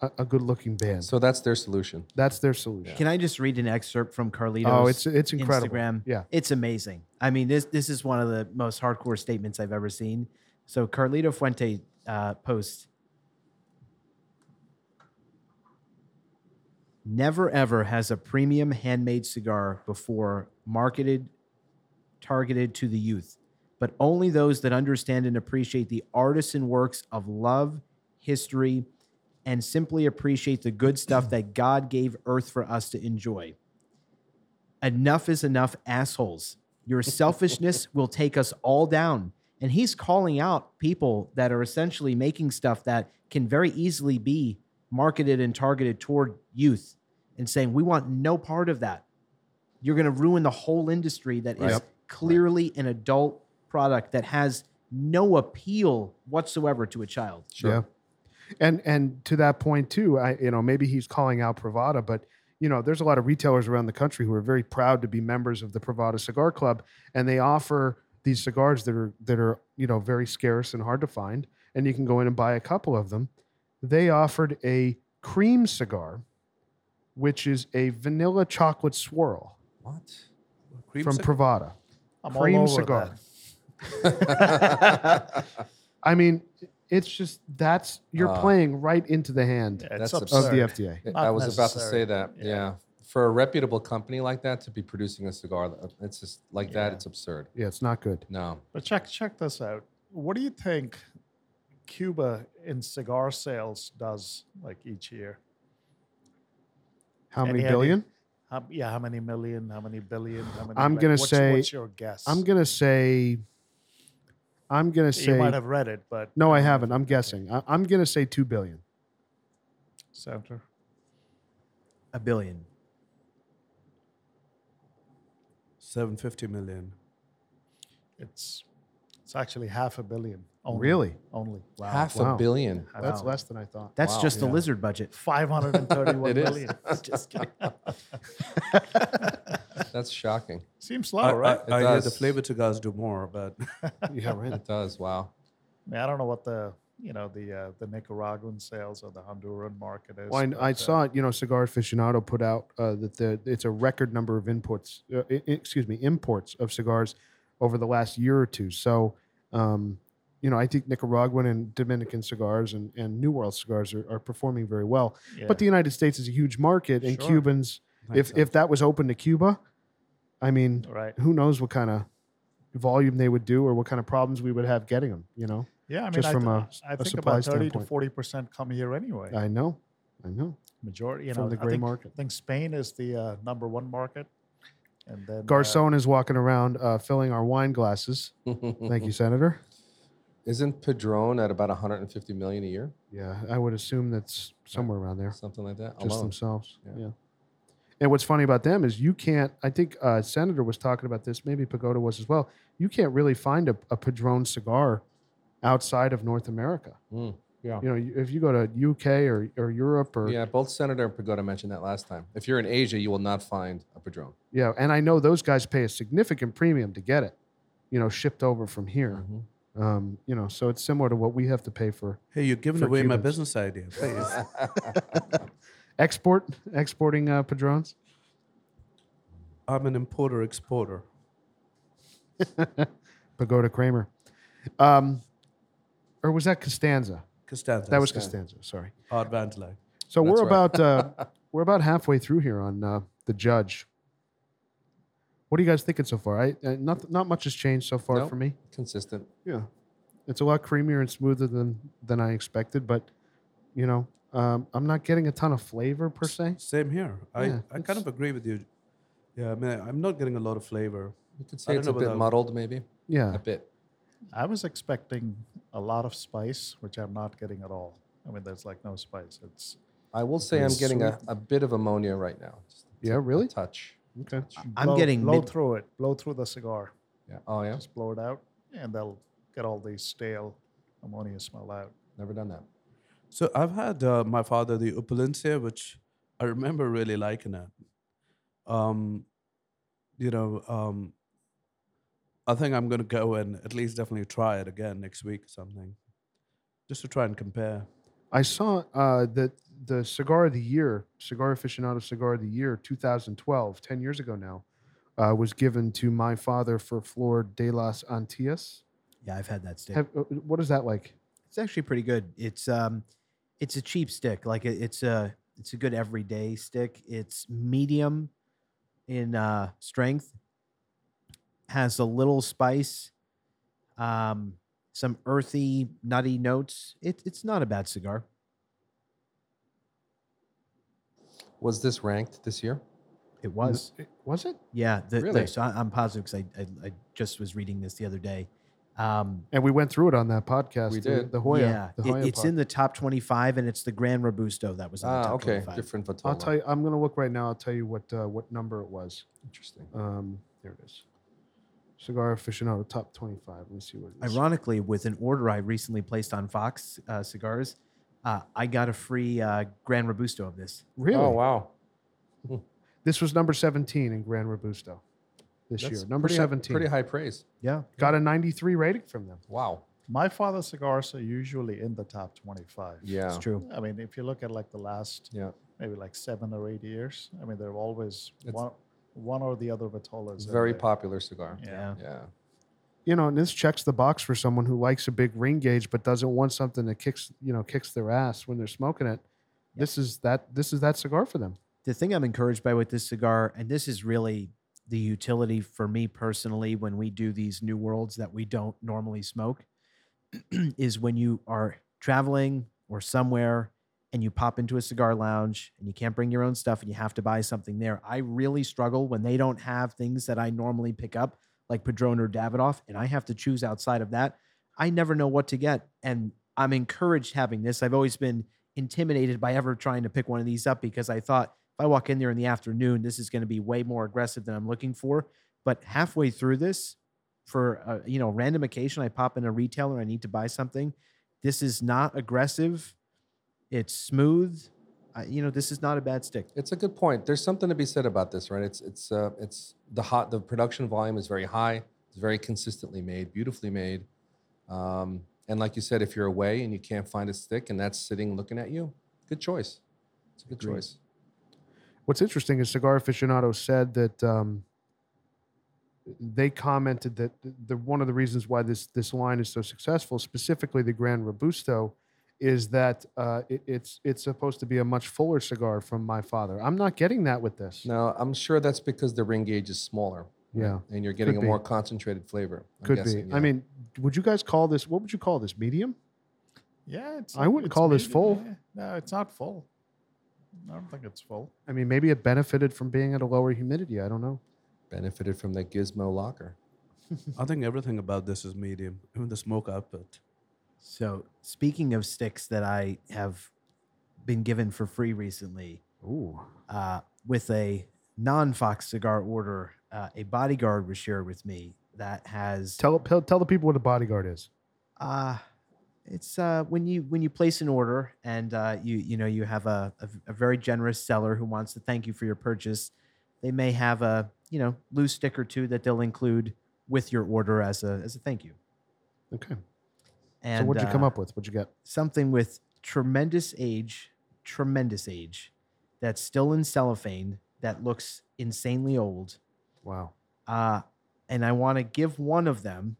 a, a good looking band.
So that's their solution.
That's their solution.
Can I just read an excerpt from Carlitos?
Oh, it's it's incredible.
Instagram.
Yeah.
It's amazing. I mean, this this is one of the most hardcore statements I've ever seen. So Carlito Fuente uh, posts. Never ever has a premium handmade cigar before marketed, targeted to the youth, but only those that understand and appreciate the artisan works of love, history, and simply appreciate the good stuff that God gave earth for us to enjoy enough is enough assholes. Your selfishness will take us all down. And he's calling out people that are essentially making stuff that can very easily be marketed and targeted toward youth and saying, we want no part of that. You're going to ruin the whole industry that is
Right. Yep.
clearly an adult product that has no appeal whatsoever to a child.
Sure.
Yeah. And and to that point too, I you know maybe he's calling out Pravada, but you know there's a lot of retailers around the country who are very proud to be members of the Pravada Cigar Club, and they offer these cigars that are that are you know very scarce and hard to find, and you can go in and buy a couple of them. They offered a cream cigar, which is a vanilla chocolate swirl
What?
Cream
from
cig-
Pravada.
I'm
Cream
all over
cigar.
that.
I mean, it's just that's you're
Ah.
playing right into the hand
Yeah, it's
That's absurd.
of the
absurd.
FDA.
I
Not
was about to
necessary.
say that. Yeah.
Yeah.
For a reputable company like that to be producing a cigar, uh, it's just like that.
Yeah.
It's absurd.
Yeah, it's not good.
No.
But check check this out. What do you think Cuba in cigar sales does like each year?
How
Any
many
idea?
billion?
How, yeah, how many million? How many billion? How many?
I'm
like,
gonna
what's-
say-
What's your guess?
I'm gonna say. I'm gonna
You
say.
might have read it, but
No, I haven't. I'm guessing. I, I'm gonna say two billion.
Center.
a billion.
750 million.
It's it's actually half a billion. Only,
Really?
Only. Wow.
Half
Wow.
a billion.
That's
Wow.
less than I thought.
That's
Wow.
just the
Yeah.
lizard budget.
531
It is.
million. Just kidding.
That's shocking.
Seems
I,
low, Oh, right?
I, I hear the
does.
flavor cigars do more, but
yeah, right.
It does. Wow.
I, mean, I don't know what the you know the uh, the Nicaraguan sales or the Honduran market is.
Well,
but,
I, I
uh,
saw it. You know, Cigar Aficionado put out uh, that the it's a record number of inputs. Uh, i- i- excuse me, imports of cigars over the last year or two. So, um, you know, I think Nicaraguan and Dominican cigars and, and New World cigars are, are performing very well.
yeah.
But the United States is a huge market, and
Sure.
Cubans. If if that was open to Cuba, I mean,
right.
who knows what kind of volume they would do or what kind of problems we would have getting them. You know,
Yeah, I mean,
just
I,
from
th-
a-
I
a
think
supply
about thirty
standpoint.
to forty percent come here anyway.
I know, I know
Majority, you
from
know,
the
I
gray
think,
market.
I think Spain is the uh, number one market, and then uh,
Garcon is walking around uh, filling our wine glasses. Thank you, Senator.
Isn't Padron at about 150 million a year?
Yeah, I would assume that's somewhere around there,
Something like that.
just
alone.
themselves.
Yeah.
Yeah. And what's funny about them is you can't. I think uh, Senator was talking about this. Maybe Pagoda was as well. You can't really find a, a Padron cigar outside of North America.
Mm.
You know, you- if you go to UK or, or Europe or
Yeah, both Senator and Pagoda mentioned that last time. If you're in Asia, you will not find a Padron.
Yeah, and I know those guys pay a significant premium to get it, you know, shipped over from here.
Mhm.
Um, you know, so it's similar to what we have to pay for
hey, you're giving
For
away my
Cubans.
business idea. Please.
export exporting uh, padrons.
I'm an importer exporter.
Pagoda Kramer, um, or was that Costanza?
Costanza.
That was Costanza. Sorry.
Art Van Dyke.
So
That's
we're
right.
about uh, we're about halfway through here on uh, the judge. What are you guys thinking so far? I uh, not not much has changed so far
Nope.
for me.
Consistent.
Yeah, it's a lot creamier and smoother than than I expected, but you know, um, I'm not getting a ton of flavor per se.
Same here. I,
Yeah,
I kind of agree with you. Yeah, I mean, I'm not getting a lot of flavor.
You could say
don't
it's a
know
bit
about-
muddled, maybe.
Yeah,
A bit.
I was expecting a lot of spice, which I'm not getting at all. I mean, there's like no spice. It's
I will say I'm getting a, a bit of ammonia right now. Just a
yeah, really.
touch.
Okay.
I'm
blow-
getting
blow
mid-
through it, blow through the cigar,
Yeah. Oh yeah.
just blow it out, and they'll get all the stale ammonia smell out.
Never done that.
So I've had uh, my father the Opulencia, which I remember really liking it. Um, you know, um, I think I'm going to go and at least definitely try it again next week or something, just to try and compare.
I saw uh, that the cigar of the year, cigar aficionado cigar of the year, 2012, 10 years ago now, uh, was given to my father for Flor de las Antillas.
Yeah, I've had that stick.
Have, uh, what is that like?
it's actually pretty good. It's um, it's a cheap stick. Like it, it's a it's a good everyday stick. It's medium in uh, strength. Has a little spice, um, some earthy, nutty notes. It, it's not a bad cigar.
Was this ranked this year?
It was.
Was it?
Yeah, the, the-
Really?
so I, I'm positive because I, I I just was reading this the other day. Um,
And we went through it on that podcast.
We
the-
did.
The Hoya.
yeah,
the
it-
Hoya
it's in the top 25, and it's the Grand Robusto that was in the
Ah,
top
okay.
25.
Different Vitola.
pod. I'll tell you. I'm gonna look right now. I'll tell you what uh, what number it was.
Interesting.
Um, there it is. Cigar aficionado top 25. Let me see what it is.
Ironically, with an order I recently placed on Fox uh, cigars, uh, I got a free uh, Grand Robusto of this.
Really?
Oh wow.
This was number 17 in Gran Robusto this
That's
year. Number
pretty high-
17.
pretty high praise.
Yeah,
Got a 93 rating from them.
Wow.
My father's cigars are usually in the top 25.
Yeah.
It's true.
I mean, if you look at like the last
Yeah.
maybe like seven or eight years, I mean, they're always
It's-
one, one or the other Vitola.
It's a very popular cigar.
Yeah.
Yeah.
Yeah.
you know, and this checks the box for someone who likes a big ring gauge but doesn't want something that kicks, you know, kicks their ass when they're smoking it. This is that this is that cigar for them.
the thing I'm encouraged by with this cigar, and this is really the utility for me personally when we do these new worlds that we don't normally smoke, is when you are traveling or somewhere and you pop into a cigar lounge and you can't bring your own stuff and you have to buy something there. I really struggle when they don't have things that I normally pick up, like Padron or Davidoff, and I have to choose outside of that. I never know what to get. And I'm encouraged having this. I've always been intimidated by ever trying to pick one of these up because I thought if I walk in there in the afternoon, this is going to be way more aggressive than I'm looking for. But halfway through this, for a, you know random occasion, I pop in a retailer, I need to buy something. This is not aggressive. It's smooth. I, you know, this is not a bad stick.
It's a good point. There's something to be said about this, right? It's it's uh, it's the hot the production volume is very high. It's very consistently made, beautifully made. Um, and like you said, if you're away and you can't find a stick and that's sitting looking at you, good choice. It's a good choice.
What's interesting is Cigar Aficionado said that um, they commented that the one of the reasons why this this line is so successful, specifically the Grand Robusto, is that uh, it, it's it's supposed to be a much fuller cigar from my father. I'm not getting that with this.
Now I'm sure that's because the ring gauge is smaller. right?
Yeah,
and you're getting a
be.
more concentrated flavor. I'm
Could
guessing,
be.
yeah.
I mean, would you guys call this? What would you call this? Medium?
Yeah. It's,
I wouldn't
it's
call this
medium,
full.
yeah. No, it's not full. I don't think it's full.
I mean, maybe it benefited from being at a lower humidity. I don't know.
benefited from the gizmo locker.
I think everything about this is medium, even the smoke output.
So, speaking of sticks that I have been given for free recently,
Ooh.
uh, with a non-Fox cigar order, uh, a bodyguard was shared with me that has
Tell tell, tell the people what a bodyguard is.
Uh, it's uh, when you when you place an order and uh, you you know you have a, a, a very generous seller who wants to thank you for your purchase. They may have a you know loose stick or two that they'll include with your order as a as a thank you.
Okay.
And
so what'd you come
uh,
up with? What'd you get?
something with tremendous age, tremendous age, that's still in cellophane that looks insanely old.
Wow.
Uh, and I want to give one of them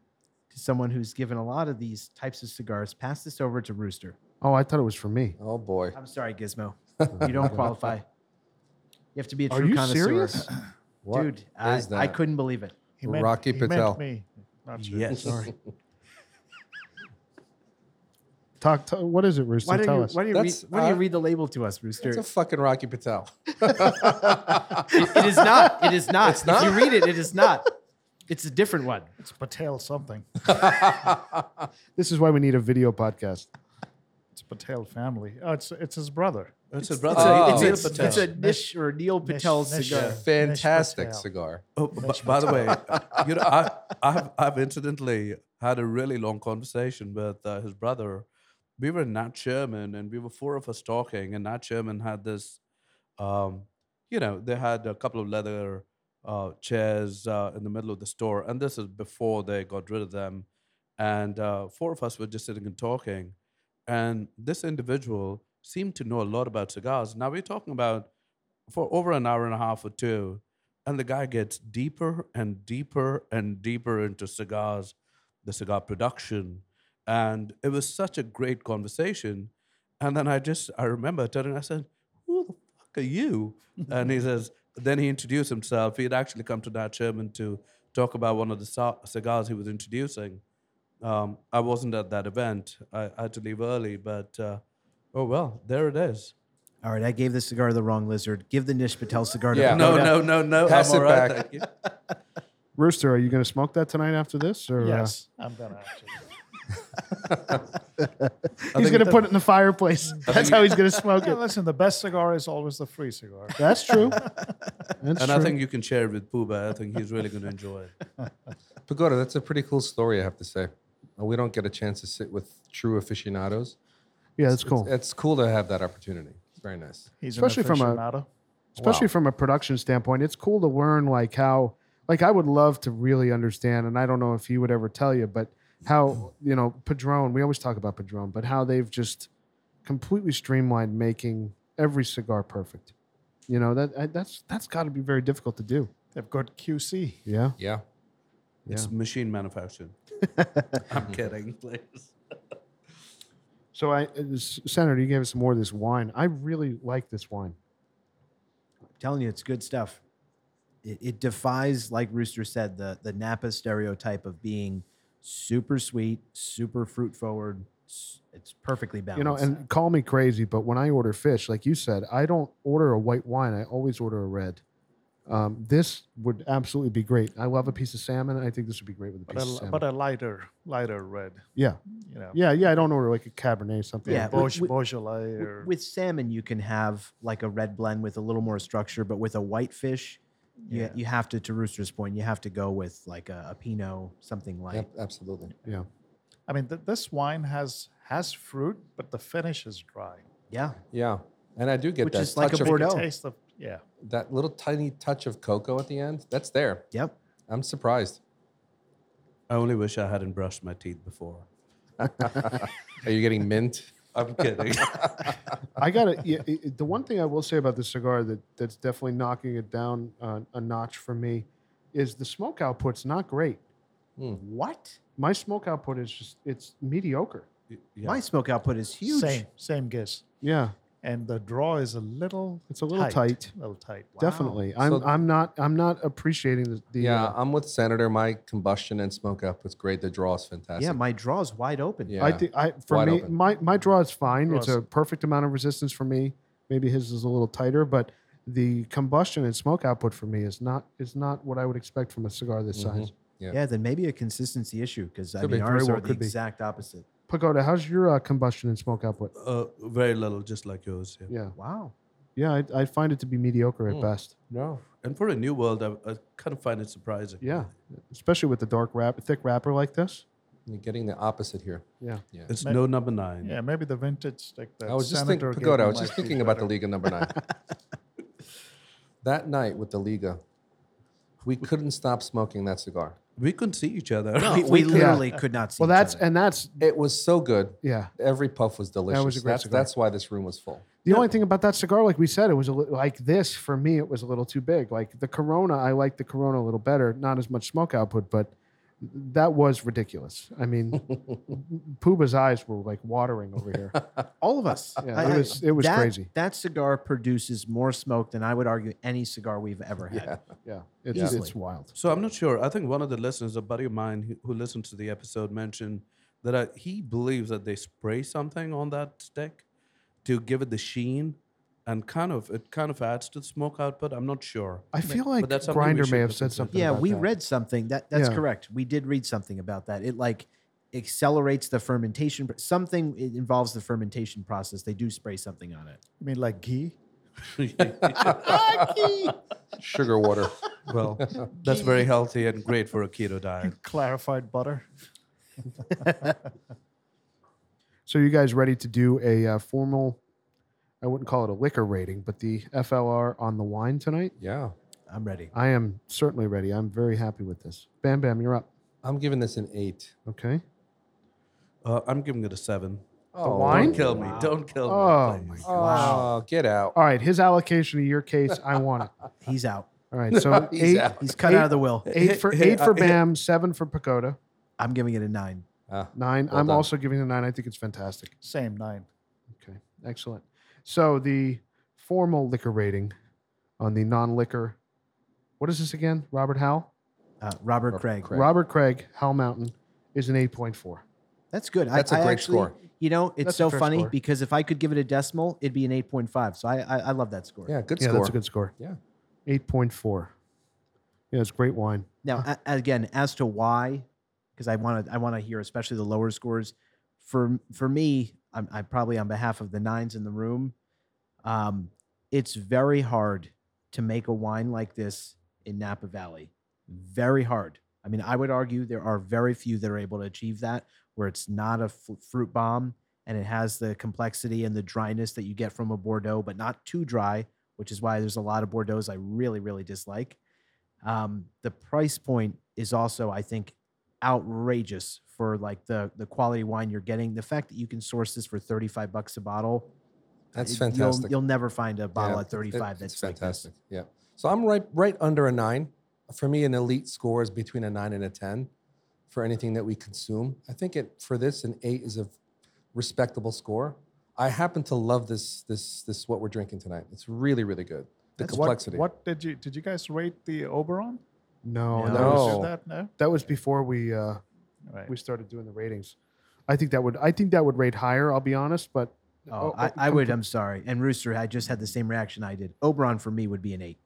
to someone who's given a lot of these types of cigars. Pass this over to Rooster.
Oh, I thought it was for me.
Oh boy.
I'm sorry, Gizmo. You don't qualify. You have to be a
Are
true
you
connoisseur.
serious?
What
Dude, I,
is
I
that?
couldn't believe it.
He meant,
Rocky
he meant
Patel.
me. Not you.
Yes.
Sorry.
Talk. To, what is it, Rooster?
Why don't
tell
you,
us.
why don't you, read,
That's-
why don't you
uh,
read the label to us, Rooster?
It's a fucking Rocky Patel.
It- it is not. It is not.
It's
if
not?
you read it, it is not. It's a different one.
It's Patel something.
this is why we need a video podcast.
It's Patel family. Oh, it's it's his brother.
It's, a
It's
brother.
a,
Oh,
it's,
Neil
a,
Patel.
it's a Nish or Neil Patel
Nish-
cigar.
Nish
Fantastic
Patel.
cigar.
Oh, b- by the way, you know, I, I've, I've incidentally had a really long conversation with uh, his brother. We were in Nat Sherman, and we were four of us talking, and Nat Sherman had this, um, you know, they had a couple of leather uh, chairs uh, in the middle of the store, and this is before they got rid of them. And uh, four of us were just sitting and talking, and this individual seemed to know a lot about cigars. Now we're talking about for over an hour and a half or two and the guy gets deeper and deeper and deeper into cigars, the cigar production, and it was such a great conversation. And then I just I remember turning, I said, "Who the fuck are you?" and he says. Then he introduced himself. He had actually come to Nat Sherman to talk about one of the ci- cigars he was introducing. Um, I wasn't at that event. I, I had to leave early, but uh, oh well, there it is.
All right, I gave the cigar to the wrong lizard. Give the Nish Patel cigar to
Yeah.
No,
Patel.
no, no, no.
Pass
I'm all
it
right,
back.
thank you.
Rooster, are you going to smoke that tonight after this? Or, uh,
Yes, I'm gonna. Actually.
he's
think-
going to put it in the fireplace. That's how he's going to smoke
Yeah,
it.
listen, the best cigar is always the free cigar.
That's true. That's
And
true.
I think you can share it with Pooba. I think he's really going to enjoy it.
Pagoda, that's a pretty cool story, I have to say. Uh, We don't get a chance to sit with true aficionados.
yeah, that's cool.
It's, it's cool to have that opportunity. It's very nice.
He's
Especially
especially
from a-
from a
especially
Wow.
from a production standpoint it's cool to learn like how like i would love to really understand and i don't know if he would ever tell you but how you know Padron. We always talk about Padron, but how they've just completely streamlined making every cigar perfect. You know that I- that's that's got to be very difficult to do.
They've got QC.
Yeah,
Yeah.
It's machine manufactured. I'm kidding, please.
So I, uh, s- Senator, you gave us more of this wine. I really like this wine.
telling you, it's good stuff. It, it defies, like Rooster said, the the Napa stereotype of being super sweet, super fruit forward. S- It's perfectly balanced.
You know, and call me crazy, but when I order fish, like you said, I don't order a white wine. I always order a red. Um, this would absolutely be great. I love a piece of salmon. and I think this would be great with a
But a,
piece of
li-
salmon.
but a lighter, lighter red.
yeah,
You know,
yeah, yeah. I don't order like a Cabernet something.
Yeah,
Well,
well-
Beauj-
with-
Beaujolais
W-
or
with salmon, you can have like a red blend with a little more structure, but with a white fish, you,
Yeah.
you have to, to Rooster's point, you have to go with like a, a Pinot, something light.
Yep, absolutely.
I mean, th- this wine has has fruit, but the finish is dry,
Yeah.
Yeah. And I do get
Which
that
is
touch
like a
of
You can
Bordeaux.
Taste the yeah.
that little tiny touch of cocoa at the end. That's there.
Yep.
I'm surprised.
I only wish I hadn't brushed my teeth before.
Are you getting mint?
I'm kidding.
I got to yeah, it- it- the one thing I will say about this cigar that that's definitely knocking it down uh, a notch for me is the smoke output's not great.
What?
My smoke output is just it's mediocre.
Yeah.
My smoke output is huge.
Same same guess.
Yeah,
And the draw is a little.
it's a little tight.
A little tight.
Definitely. I'm
So-
I'm not I'm not appreciating the, the
Yeah,
uh,
I'm with Senator. My combustion and smoke up was great. The draw is fantastic.
Yeah, my draw's wide open.
yeah.
I think I for
Wide
me
open.
my my draw is fine. It's
Draws.
a perfect amount of resistance for me. Maybe his is a little tighter, but the combustion and smoke output for me is not is not what I would expect from a cigar this
Mhm.
size.
Yeah.
Yeah, then maybe a consistency issue because I
Could
mean
be. Very
ours
well
are the
could be.
exact opposite.
Pagoda, how's your uh, combustion and smoke output?
uh, very little, just like yours. Yeah.
Yeah,
Wow.
yeah, I, I find it to be mediocre at
Hmm.
best.
no.
And for a new world, I, I kind of find it surprising.
Yeah, especially with the dark wrap, thick wrapper like this.
You're getting the opposite here.
Yeah,
Yeah.
It's
Ma-
no number nine.
Yeah, maybe the vintage like that.
I was just
Senator
thinking,
gave
Pagoda,
me
I was
might
just
be
thinking about the
better.
Liga number nine. that night with the Liga, we couldn't stop smoking that cigar.
We couldn't see each other.
We, we
yeah.
literally could not see.
well,
each
that's
other.
and that's
It was so good.
yeah.
Every puff was delicious.
great
that's,
cigar.
that's why this room was full.
The only thing about that cigar, like we said, it was a li- like this for me. It was a little too big. Like the Corona, I like the Corona a little better. Not as much smoke output, but that was ridiculous. I mean, Puba's eyes were like watering over here.
all of us.
Yeah, it was- it was
that-
crazy.
That cigar produces more smoke than I would argue any cigar we've ever had.
Yeah, it's,
Easily.
it's wild.
So I'm not sure. I think one of the listeners, a buddy of mine who, who listened to the episode, mentioned that I, he believes that they spray something on that stick to give it the sheen, and kind of it kind of adds to the smoke output. I'm not sure.
I feel like
that's something we
Grinder
should
may have
look
said
into.
something.
Yeah,
about
we
that.
read something. That that's
Yeah.
correct. We did read something about that. It like accelerates the fermentation. pr- Something it involves the fermentation process. They do spray something on it.
You mean like ghee?
Sugar water.
well, that's very healthy and great for a keto diet.
Clarified butter.
So you guys ready to do a uh, formal? I wouldn't call it a liquor rating, but the FLR on the wine tonight.
Yeah.
I'm ready.
I am certainly ready. I'm very happy with this. Bam, bam, you're up.
I'm giving this an eight.
Okay.
Uh, I'm giving it a seven.
Oh,
wine?
Don't kill me. Don't kill me.
Oh
please.
my
Oh, get out.
All right, his allocation of your case, I want it.
He's out.
All right, so
He's
eight,
out.
He's cut out of the will.
eight for
Hey,
eight for
uh, hey.
Bam, seven for Pagoda,
I'm giving it a nine.
Ah,
nine.
Well
I'm
done.
also giving it a nine. I think it's fantastic.
Same nine.
Okay, excellent. So the formal liquor rating on the non-liquor. What is this again? Robert Howell,
Uh, Robert,
Robert
Craig.
Craig. Right.
Robert Craig, Howell Mountain is an eight point four.
That's good.
That's
a
a great score.
You know, it's
That's a
so
fair
funny
score.
because if I could give it a decimal, it'd be an eight point five. So I, I I love that score.
yeah, good
Yeah,
score.
that's a good score.
Yeah.
eight point four. Yeah, it's great wine.
Now, a- again, as to why, because I want to, I want to hear, especially the lower scores. For for me, I'm, I probably on behalf of the nines in the room. Um, it's very hard to make a wine like this in Napa Valley. Very hard. I mean, I would argue there are very few that are able to achieve that, where it's not a f- fruit bomb and it has the complexity and the dryness that you get from a Bordeaux, but not too dry, which is why there's a lot of Bordeaux's I really, really dislike. Um, the price point is also, I think, outrageous for like the the quality wine you're getting. The fact that you can source this for 35 bucks a bottle.
That's
it-
fantastic.
You'll, you'll never find a bottle
Yeah,
at 35
it-
that's
it's
like this.
fantastic. Oh, yeah. So I'm right right under a nine. For me, an elite score is between a nine and a ten for anything that we consume. I think it for this an eight is a respectable score. I happen to love this this this what we're drinking tonight. It's really really good. The
That's- what-
complexity.
What, did you did you guys rate the Oberon?
No,
No.
That, was,
No.
Did that? No.
that was before we uh,
Right.
we started doing the ratings. I think that would I think that would rate higher. I'll be honest, but
Oh,
Oh,
I,
oh,
I would. I'm sorry. And Rooster, I just had the same reaction I did. Oberon for me would be an eight.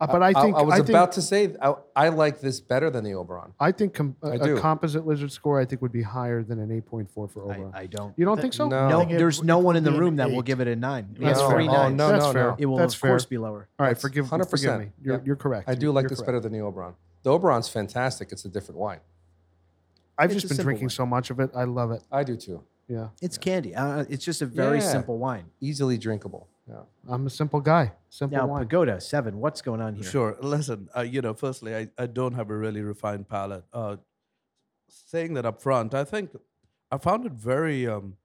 uh, but I think
I, was
I think-
about to say I, I like this better than the Oberon.
I think com- a-
I
a
do.
composite lizard score I think would be higher than an eight point four for
I,
Oberon.
I don't.
you don't
Th-
think so?
no.
No,
think it
there's
w-
no
it
one
would
in the
be an
room that will
eight.
give it a nine.
Yeah,
It's
no.
three
Oh,
nines.
no,
That's
no,
fair.
no.
It will
That's
of course
fair.
be lower.
All right,
That's
forgive, 100%.
100%.
forgive me. You're,
Yeah.
you're correct.
I do like
You're
this
correct.
better than the Oberon. The Oberon's fantastic. It's a different wine.
I've
It's a
just been
simple
drinking
one.
so much of it. I love it.
I do too.
Yeah,
It's candy. Uh, it's just a very
Yeah.
simple wine.
Easily drinkable.
yeah. I'm a simple guy. Simple
Now,
wine.
Pagoda seven. What's going on here?
Sure. Listen, uh, you know, firstly, I, I don't have a really refined palate. Uh, saying that up front, I think I found it very, um,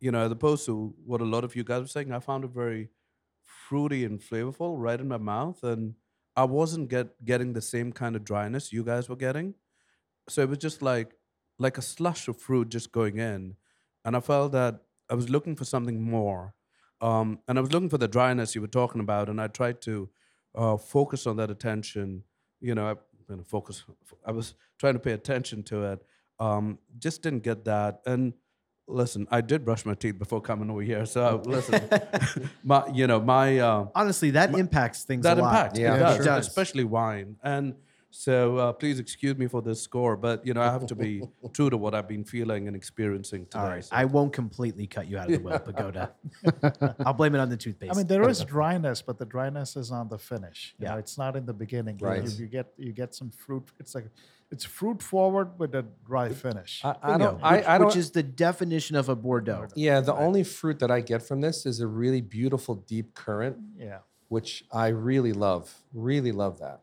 you know, as opposed to what a lot of you guys were saying, I found it very fruity and flavorful right in my mouth. And I wasn't get, getting the same kind of dryness you guys were getting. So it was just like, like a slush of fruit just going in. And I felt that I was looking for something more. Um, and I was looking for the dryness you were talking about. And I tried to uh, focus on that attention. You know, I, you know, focus. I was trying to pay attention to it. Um, just didn't get that. And listen, I did brush my teeth before coming over here. So listen, my, you know, my uh,
Honestly, that impacts things
that
a lot.
impacts.
Yeah,
it
for
does,
sure.
does.
especially wine. And so, uh, please excuse me for this score, but you know, I have to be true to what I've been feeling and experiencing today.
All right,
so-
I won't completely cut you out of the will, Pagoda. I'll blame it on the toothpaste.
I mean, there is dryness, but the dryness is on the finish. You know,
Yeah.
it's not in the beginning. You-
Right.
You, you get you get some fruit. It's like it's fruit forward with a dry finish.
I, I
Bingo,
don't. I,
which,
I don't.
which is the definition of a Bordeaux.
Yeah, the only fruit that I get from this is a really beautiful deep currant,
yeah.
which I really love. Really love that.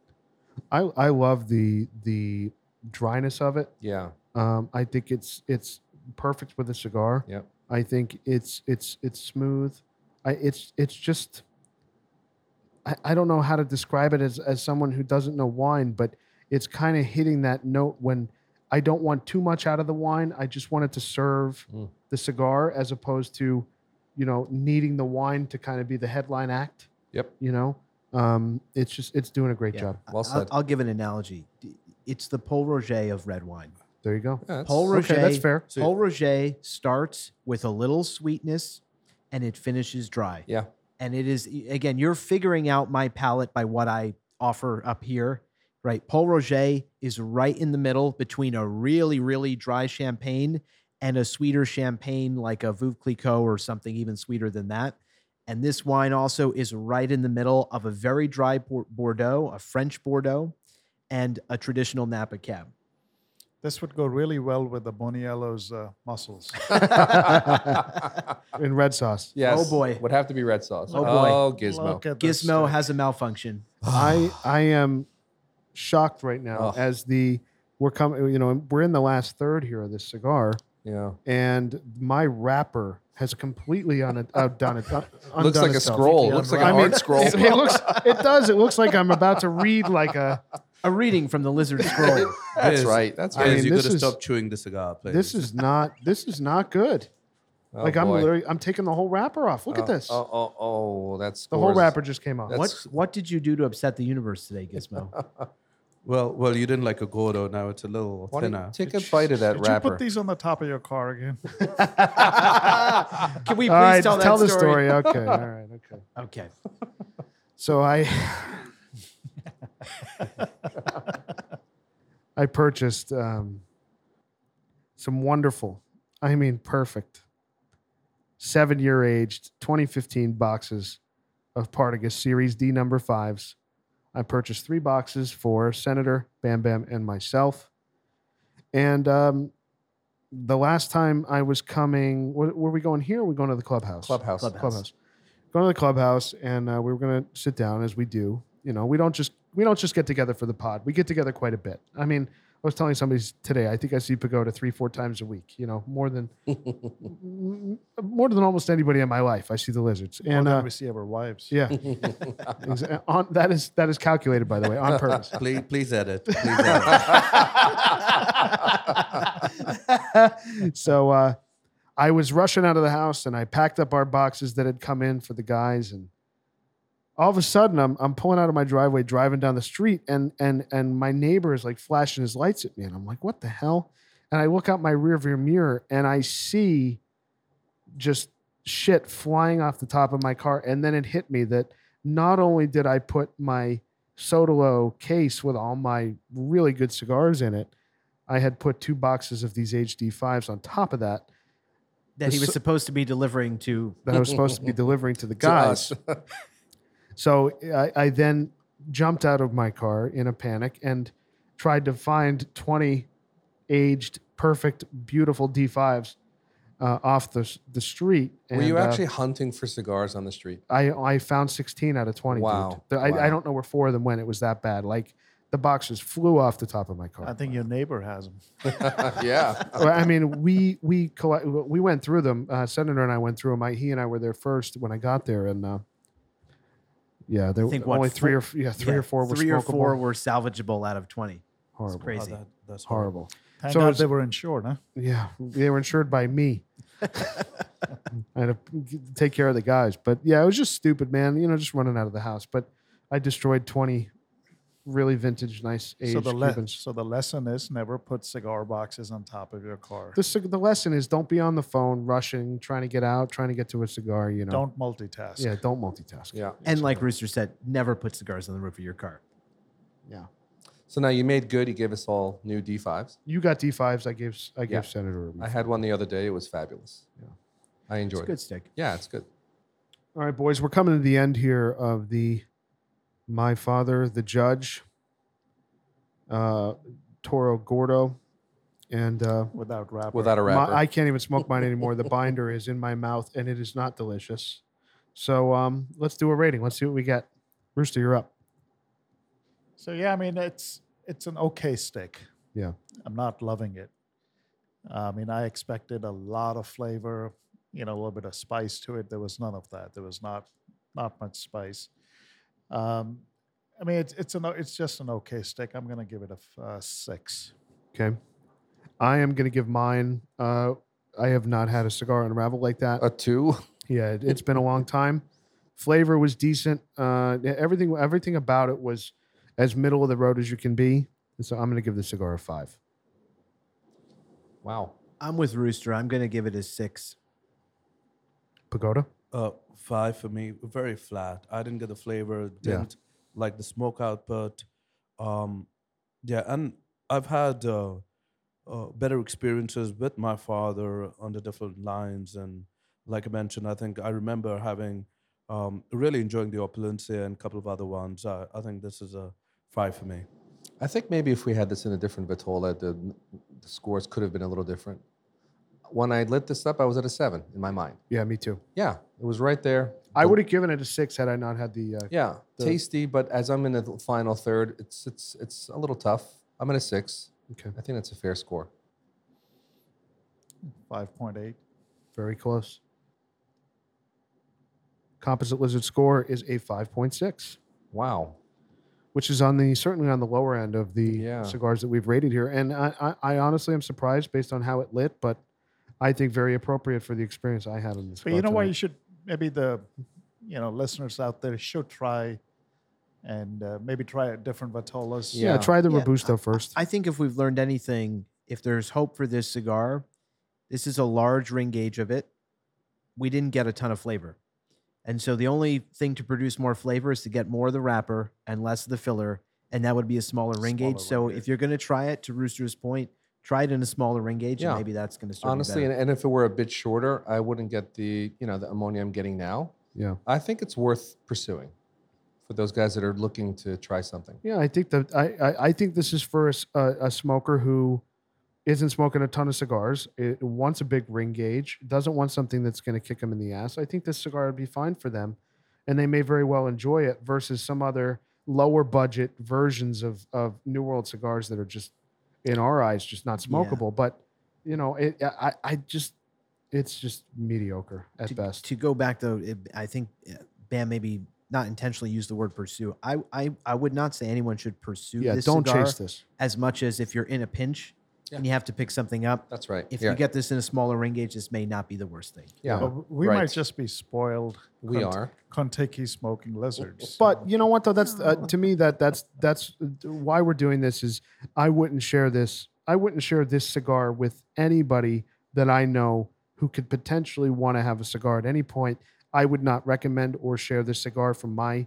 I, I love the the dryness of it.
Yeah.
Um, I think it's it's perfect with a cigar.
Yep.
I think it's it's it's smooth. I it's it's just I, I don't know how to describe it as as someone who doesn't know wine, but it's kind of hitting that note when I don't want too much out of the wine. I just want it to serve
Mm.
the cigar as opposed to, you know, needing the wine to kind of be the headline act.
Yep.
You know? Um, it's just it's doing a great
Yeah.
job.
Well
I'll,
said.
I'll give an analogy. It's the Paul Roger of red wine.
There you go.
Yeah, that's-
Paul Roger.
Okay, that's fair.
So-
Paul Roger starts with a little sweetness, and it finishes dry.
Yeah.
and it is again you're figuring out my palate by what i offer up here right paul roger is right in the middle between a really really dry champagne and a sweeter champagne like a veuve clicquot or something even sweeter than that and this wine also is right in the middle of a very dry Bor- bordeaux a french bordeaux and a traditional napa cab
This would go really well with the Boniello's uh, mussels.
In red sauce.
yes.
Oh, boy.
Would have to be red sauce.
Oh, boy.
Oh gizmo.
Look at this
gizmo
thing.
has a malfunction
I I am shocked right now
Ugh.
as the we're coming. You know, we're in the last third here of this cigar,
Yeah.
and my wrapper has completely un- outdone it. un-
Looks
undone
like a
itself.
scroll. Looks like a
I mean,
hard scroll.
It, it looks. It does. It looks like I'm about to read like a.
a reading from the lizard scroll
That's
Yes.
right. That's
I
Guys,
right.
mean,
you
this
got to
is-
stop chewing the cigar, please.
This is not. This is not good.
Oh,
like I'm
boy.
literally. I'm taking the whole wrapper off. Look
Oh,
at this.
Oh, oh, oh, that's
the whole wrapper just came off.
That's-
what, what did you do to upset the universe today gizmo
well, well, you didn't like a Gordo. Now it's a little
Why don't you
thinner.
take a bite of that
Did you
wrapper.
put these on the top of your car again?
Can we please
all right,
tell
tell,
that
the
story?
story. Okay. All right. Okay.
Okay.
So I I purchased um, some wonderful, I mean perfect, seven year aged 2015 boxes of Partagas Series D number fives. I purchased three boxes for Senator Bam Bam and myself. And um, the last time I was coming, were, were we going here? Or were we going to the clubhouse?
Clubhouse.
Clubhouse.
clubhouse. Going to the clubhouse, and uh, we were going to sit down as we do. You know, we don't just we don't just get together for the pod. We get together quite a bit. I mean, I was telling somebody today, I think I see pagoda three, four times a week. You know, more than m- more than almost anybody in my life. I see the lizards,
More
and
than
uh,
we see our wives.
yeah, exa- on, that is that is calculated by the way on purpose.
please, please edit. Please edit.
so uh, I was rushing out of the house and I packed up our boxes that had come in for the guys and all of a sudden I'm I'm pulling out of my driveway driving down the street and and and my neighbor is like flashing his lights at me and I'm like what the hell and I look out my rearview mirror and I see just shit flying off the top of my car and then it hit me that not only did I put my Sodalo case with all my really good cigars in it I had put two boxes of these HD5s on top of that
that he was
So-
supposed to be delivering to.
that I was supposed to be delivering to the
To
guys.
us.
so uh, I, I then jumped out of my car in a panic and tried to find 20 aged, perfect, beautiful D5s uh, off the, s- the street.
Were you
uh,
actually hunting for cigars on the street?
I, I found 16 out of 20. dude.
Wow.
The- I, I
Wow.
don't know where four of them went. It was that bad. Like the boxes flew off the top of my car.
I think your neighbor has them.
yeah.
well, I mean, we we colle- we went through them. Uh, Senator and I went through them. I, he and I were there first when I got there, and uh, yeah, there were
think, what,
only three or
four-
f- yeah three
Yeah,
or four were
Three or
smokable.
four were salvageable out of twenty. It's
horrible,
Oh,
crazy.
that- that's horrible.
horrible.
Thank
So
God
it's-
they were insured, huh?
Yeah, they were insured by me. I had to g- take care of the guys, but yeah, it was just stupid, man. You know, just running out of the house. But I destroyed twenty really vintage, nice aged
So the, le-
Cubans.
so the lesson is never put cigar boxes on top of your car.
The, cig- the lesson is don't be on the phone, rushing, trying to get out, trying to get to a cigar. You know,
Don't multitask.
yeah, don't multitask.
Yeah.
And like Rooster said, never put cigars on the roof of your car.
yeah.
So now you made good. You gave us all new D5s.
You got D5s. I gave I gave
Yeah.
Senator.
I had one the other day. It was fabulous.
Yeah.
I
It's
enjoyed
a
it.
good stick.
Yeah, it's good.
All right, boys, we're coming to the end here of the My Father, the Judge, uh, Toro Gordo, and uh,
Without wrapper.
Without a wrapper.
my, I can't even smoke mine anymore. the binder is in my mouth, and it is not delicious. So um, let's do a rating. Let's see what we get. Rooster, you're up.
So yeah, I mean it's it's an okay stick.
Yeah.
I'm not loving it. I mean, I expected a lot of flavor, you know, a little bit of spice to it. There was none of that. There was not not much spice. Um, I mean, it's it's an o- it's just an okay stick. I'm gonna give it a f- uh, six.
Okay. I am going to give mine. Uh, I have not had a cigar unravel like that.
a two.
Yeah, it, it's been a long time. Flavor was decent. Uh, yeah, everything everything about it was as middle of the road as you can be. And so I'm going to give the cigar a five.
Wow.
I'm with Rooster. I'm gonna give it a six.
Pagoda.
Uh, five for me. Very flat. I didn't get the flavor.
Yeah.
Didn't like the smoke output. Um, yeah, and I've had uh, uh, better experiences with my father on the different lines, and like I mentioned, I think I remember having um, really enjoying the opulencia and a couple of other ones. I, I think this is a five for me.
I think maybe if we had this in a different Vitola, the, the scores could have been a little different. When I lit this up, I was at a seven in my mind.
Yeah, me too.
Yeah, it was right there.
I
The-
would have given it a six had I not had the. Uh,
Yeah,
the-
tasty, but as I'm in the final third, it's it's it's a little tough. I'm at a six.
Okay,
I think that's a fair score.
Five point eight.
very close. Composite lizard score is a five point six,
Wow.
which is on the certainly on the lower end of the
Yeah.
cigars that we've rated here. And I, I, I honestly am surprised based on how it lit, but I think very appropriate for the experience I had in this.
But you know what? You should maybe the you know listeners out there should try and uh, maybe try a different vatolas.
Yeah,
Yeah.
try the
Yeah,
Robusto first.
I think if we've learned anything, if there's hope for this cigar, this is a large ring gauge of it. We didn't get a ton of flavor. And so the only thing to produce more flavor is to get more of the wrapper and less of the filler. And that would be a smaller ring
Smaller
gauge. So
ring
if
gauge.
you're going to try it, to Rooster's point, try it in a smaller ring gauge.
Yeah.
And maybe that's going to serve
Honestly, and, and if it were a bit shorter, I wouldn't get the you know the ammonia I'm getting now.
yeah.
I think it's worth pursuing for those guys that are looking to try something.
Yeah, I think that I, I, I think this is for a, s- a- a smoker who isn't smoking a ton of cigars. It wants a big ring gauge. Doesn't want something that's going to kick them in the ass. I think this cigar would be fine for them, and they may very well enjoy it versus some other lower budget versions of of New World cigars that are just in our eyes just not smokable. But you know, it I I just it's just mediocre at
to,
best.
To go back though, it, I think uh, Bam maybe not intentionally used the word pursue. I I, I would not say anyone should pursue
yeah,
this
don't
cigar
chase this.
as much as if you're in a pinch and you have to pick something up.
That's right.
If
yeah,
you get this in a smaller ring gauge, this may not be the worst thing.
Yeah.
But we
Right.
might just be spoiled.
we
Cont-
are.
Kentucky smoking lizards.
But you know what though? That's uh, to me that that's that's why we're doing this. Is I wouldn't share this. I wouldn't share this cigar with anybody that I know who could potentially want to have a cigar at any point. I would not recommend or share this cigar from my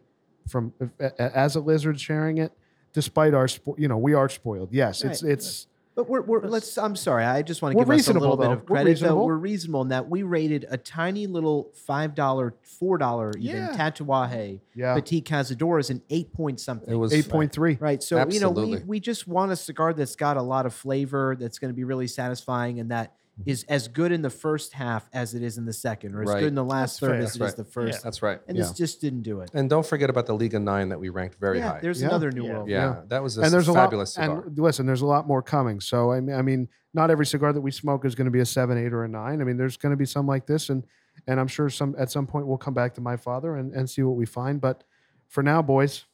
from uh, a- a- as a lizard sharing it. Despite our, spo- you know, we are spoiled. Yes, it's
Right.
it's
But we're, we're let's. I'm sorry. I just want to
We're
give us a
reasonable,
little bit
though.
of
We're
credit, though.
reasonable.
We're reasonable in that we rated a tiny little five dollar, four dollar even
Yeah.
Tatuaje
yeah,
Petit Cazador is an eight point something.
It was
eight point three.
Right. So, you know,
Absolutely.
we, we just want a cigar that's got a lot of flavor, that's going to be really satisfying, and that is as good in the first half as it is in the second, or as
Mm-hmm. Right.
good in the last
That's
third
fair.
as it is
That's
the first.
That's right.
And this
Yeah.
just didn't do it.
And don't forget about the Liga Nine that we ranked very
yeah,
high.
there's
Yeah.
another new
Yeah.
world.
yeah,
yeah.
that was a
and there's a lot.
fabulous cigar.
And listen, there's a lot more coming. So I mean, I mean, not every cigar that we smoke is going to be a seven, eight, or a nine. I mean, there's going to be some like this, and and I'm sure some at some point we'll come back to my father and and see what we find. But for now, boys,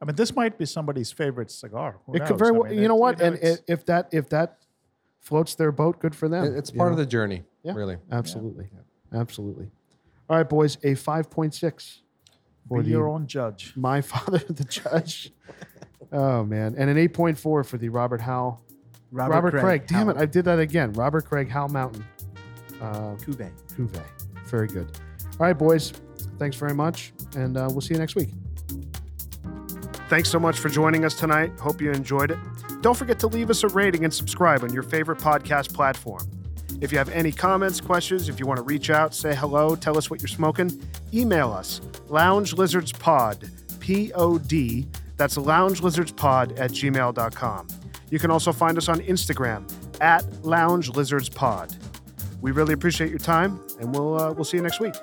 I mean, this might be somebody's favorite cigar. Who
it could
knows?
very
I
well.
mean,
you
it-
know what? and
it's-
i- if that if that floats their boat, good for them.
It- it's part of the journey,
Yeah.
really.
absolutely, absolutely. All right, boys, a five point six for
be
the
your own judge.
my father, the judge. Oh man, and an eight point four for the Robert Howe
Robert,
Robert, Craig. Damn it,
Howard
I did that again. Robert Craig, Hal Mountain, uh,
Koube.
Cuvée. Very good. All right, boys. Thanks very much, and uh, we'll see you next week.
Thanks so much for joining us tonight. Hope you enjoyed it. Don't forget to leave us a rating and subscribe on your favorite podcast platform. If you have any comments, questions, if you want to reach out, say hello, tell us what you're smoking, email us loungelizardspod, P O D, that's loungelizardspod at gmail.com. You can also find us on Instagram at loungelizardspod. We really appreciate your time, and we'll, uh, we'll see you next week.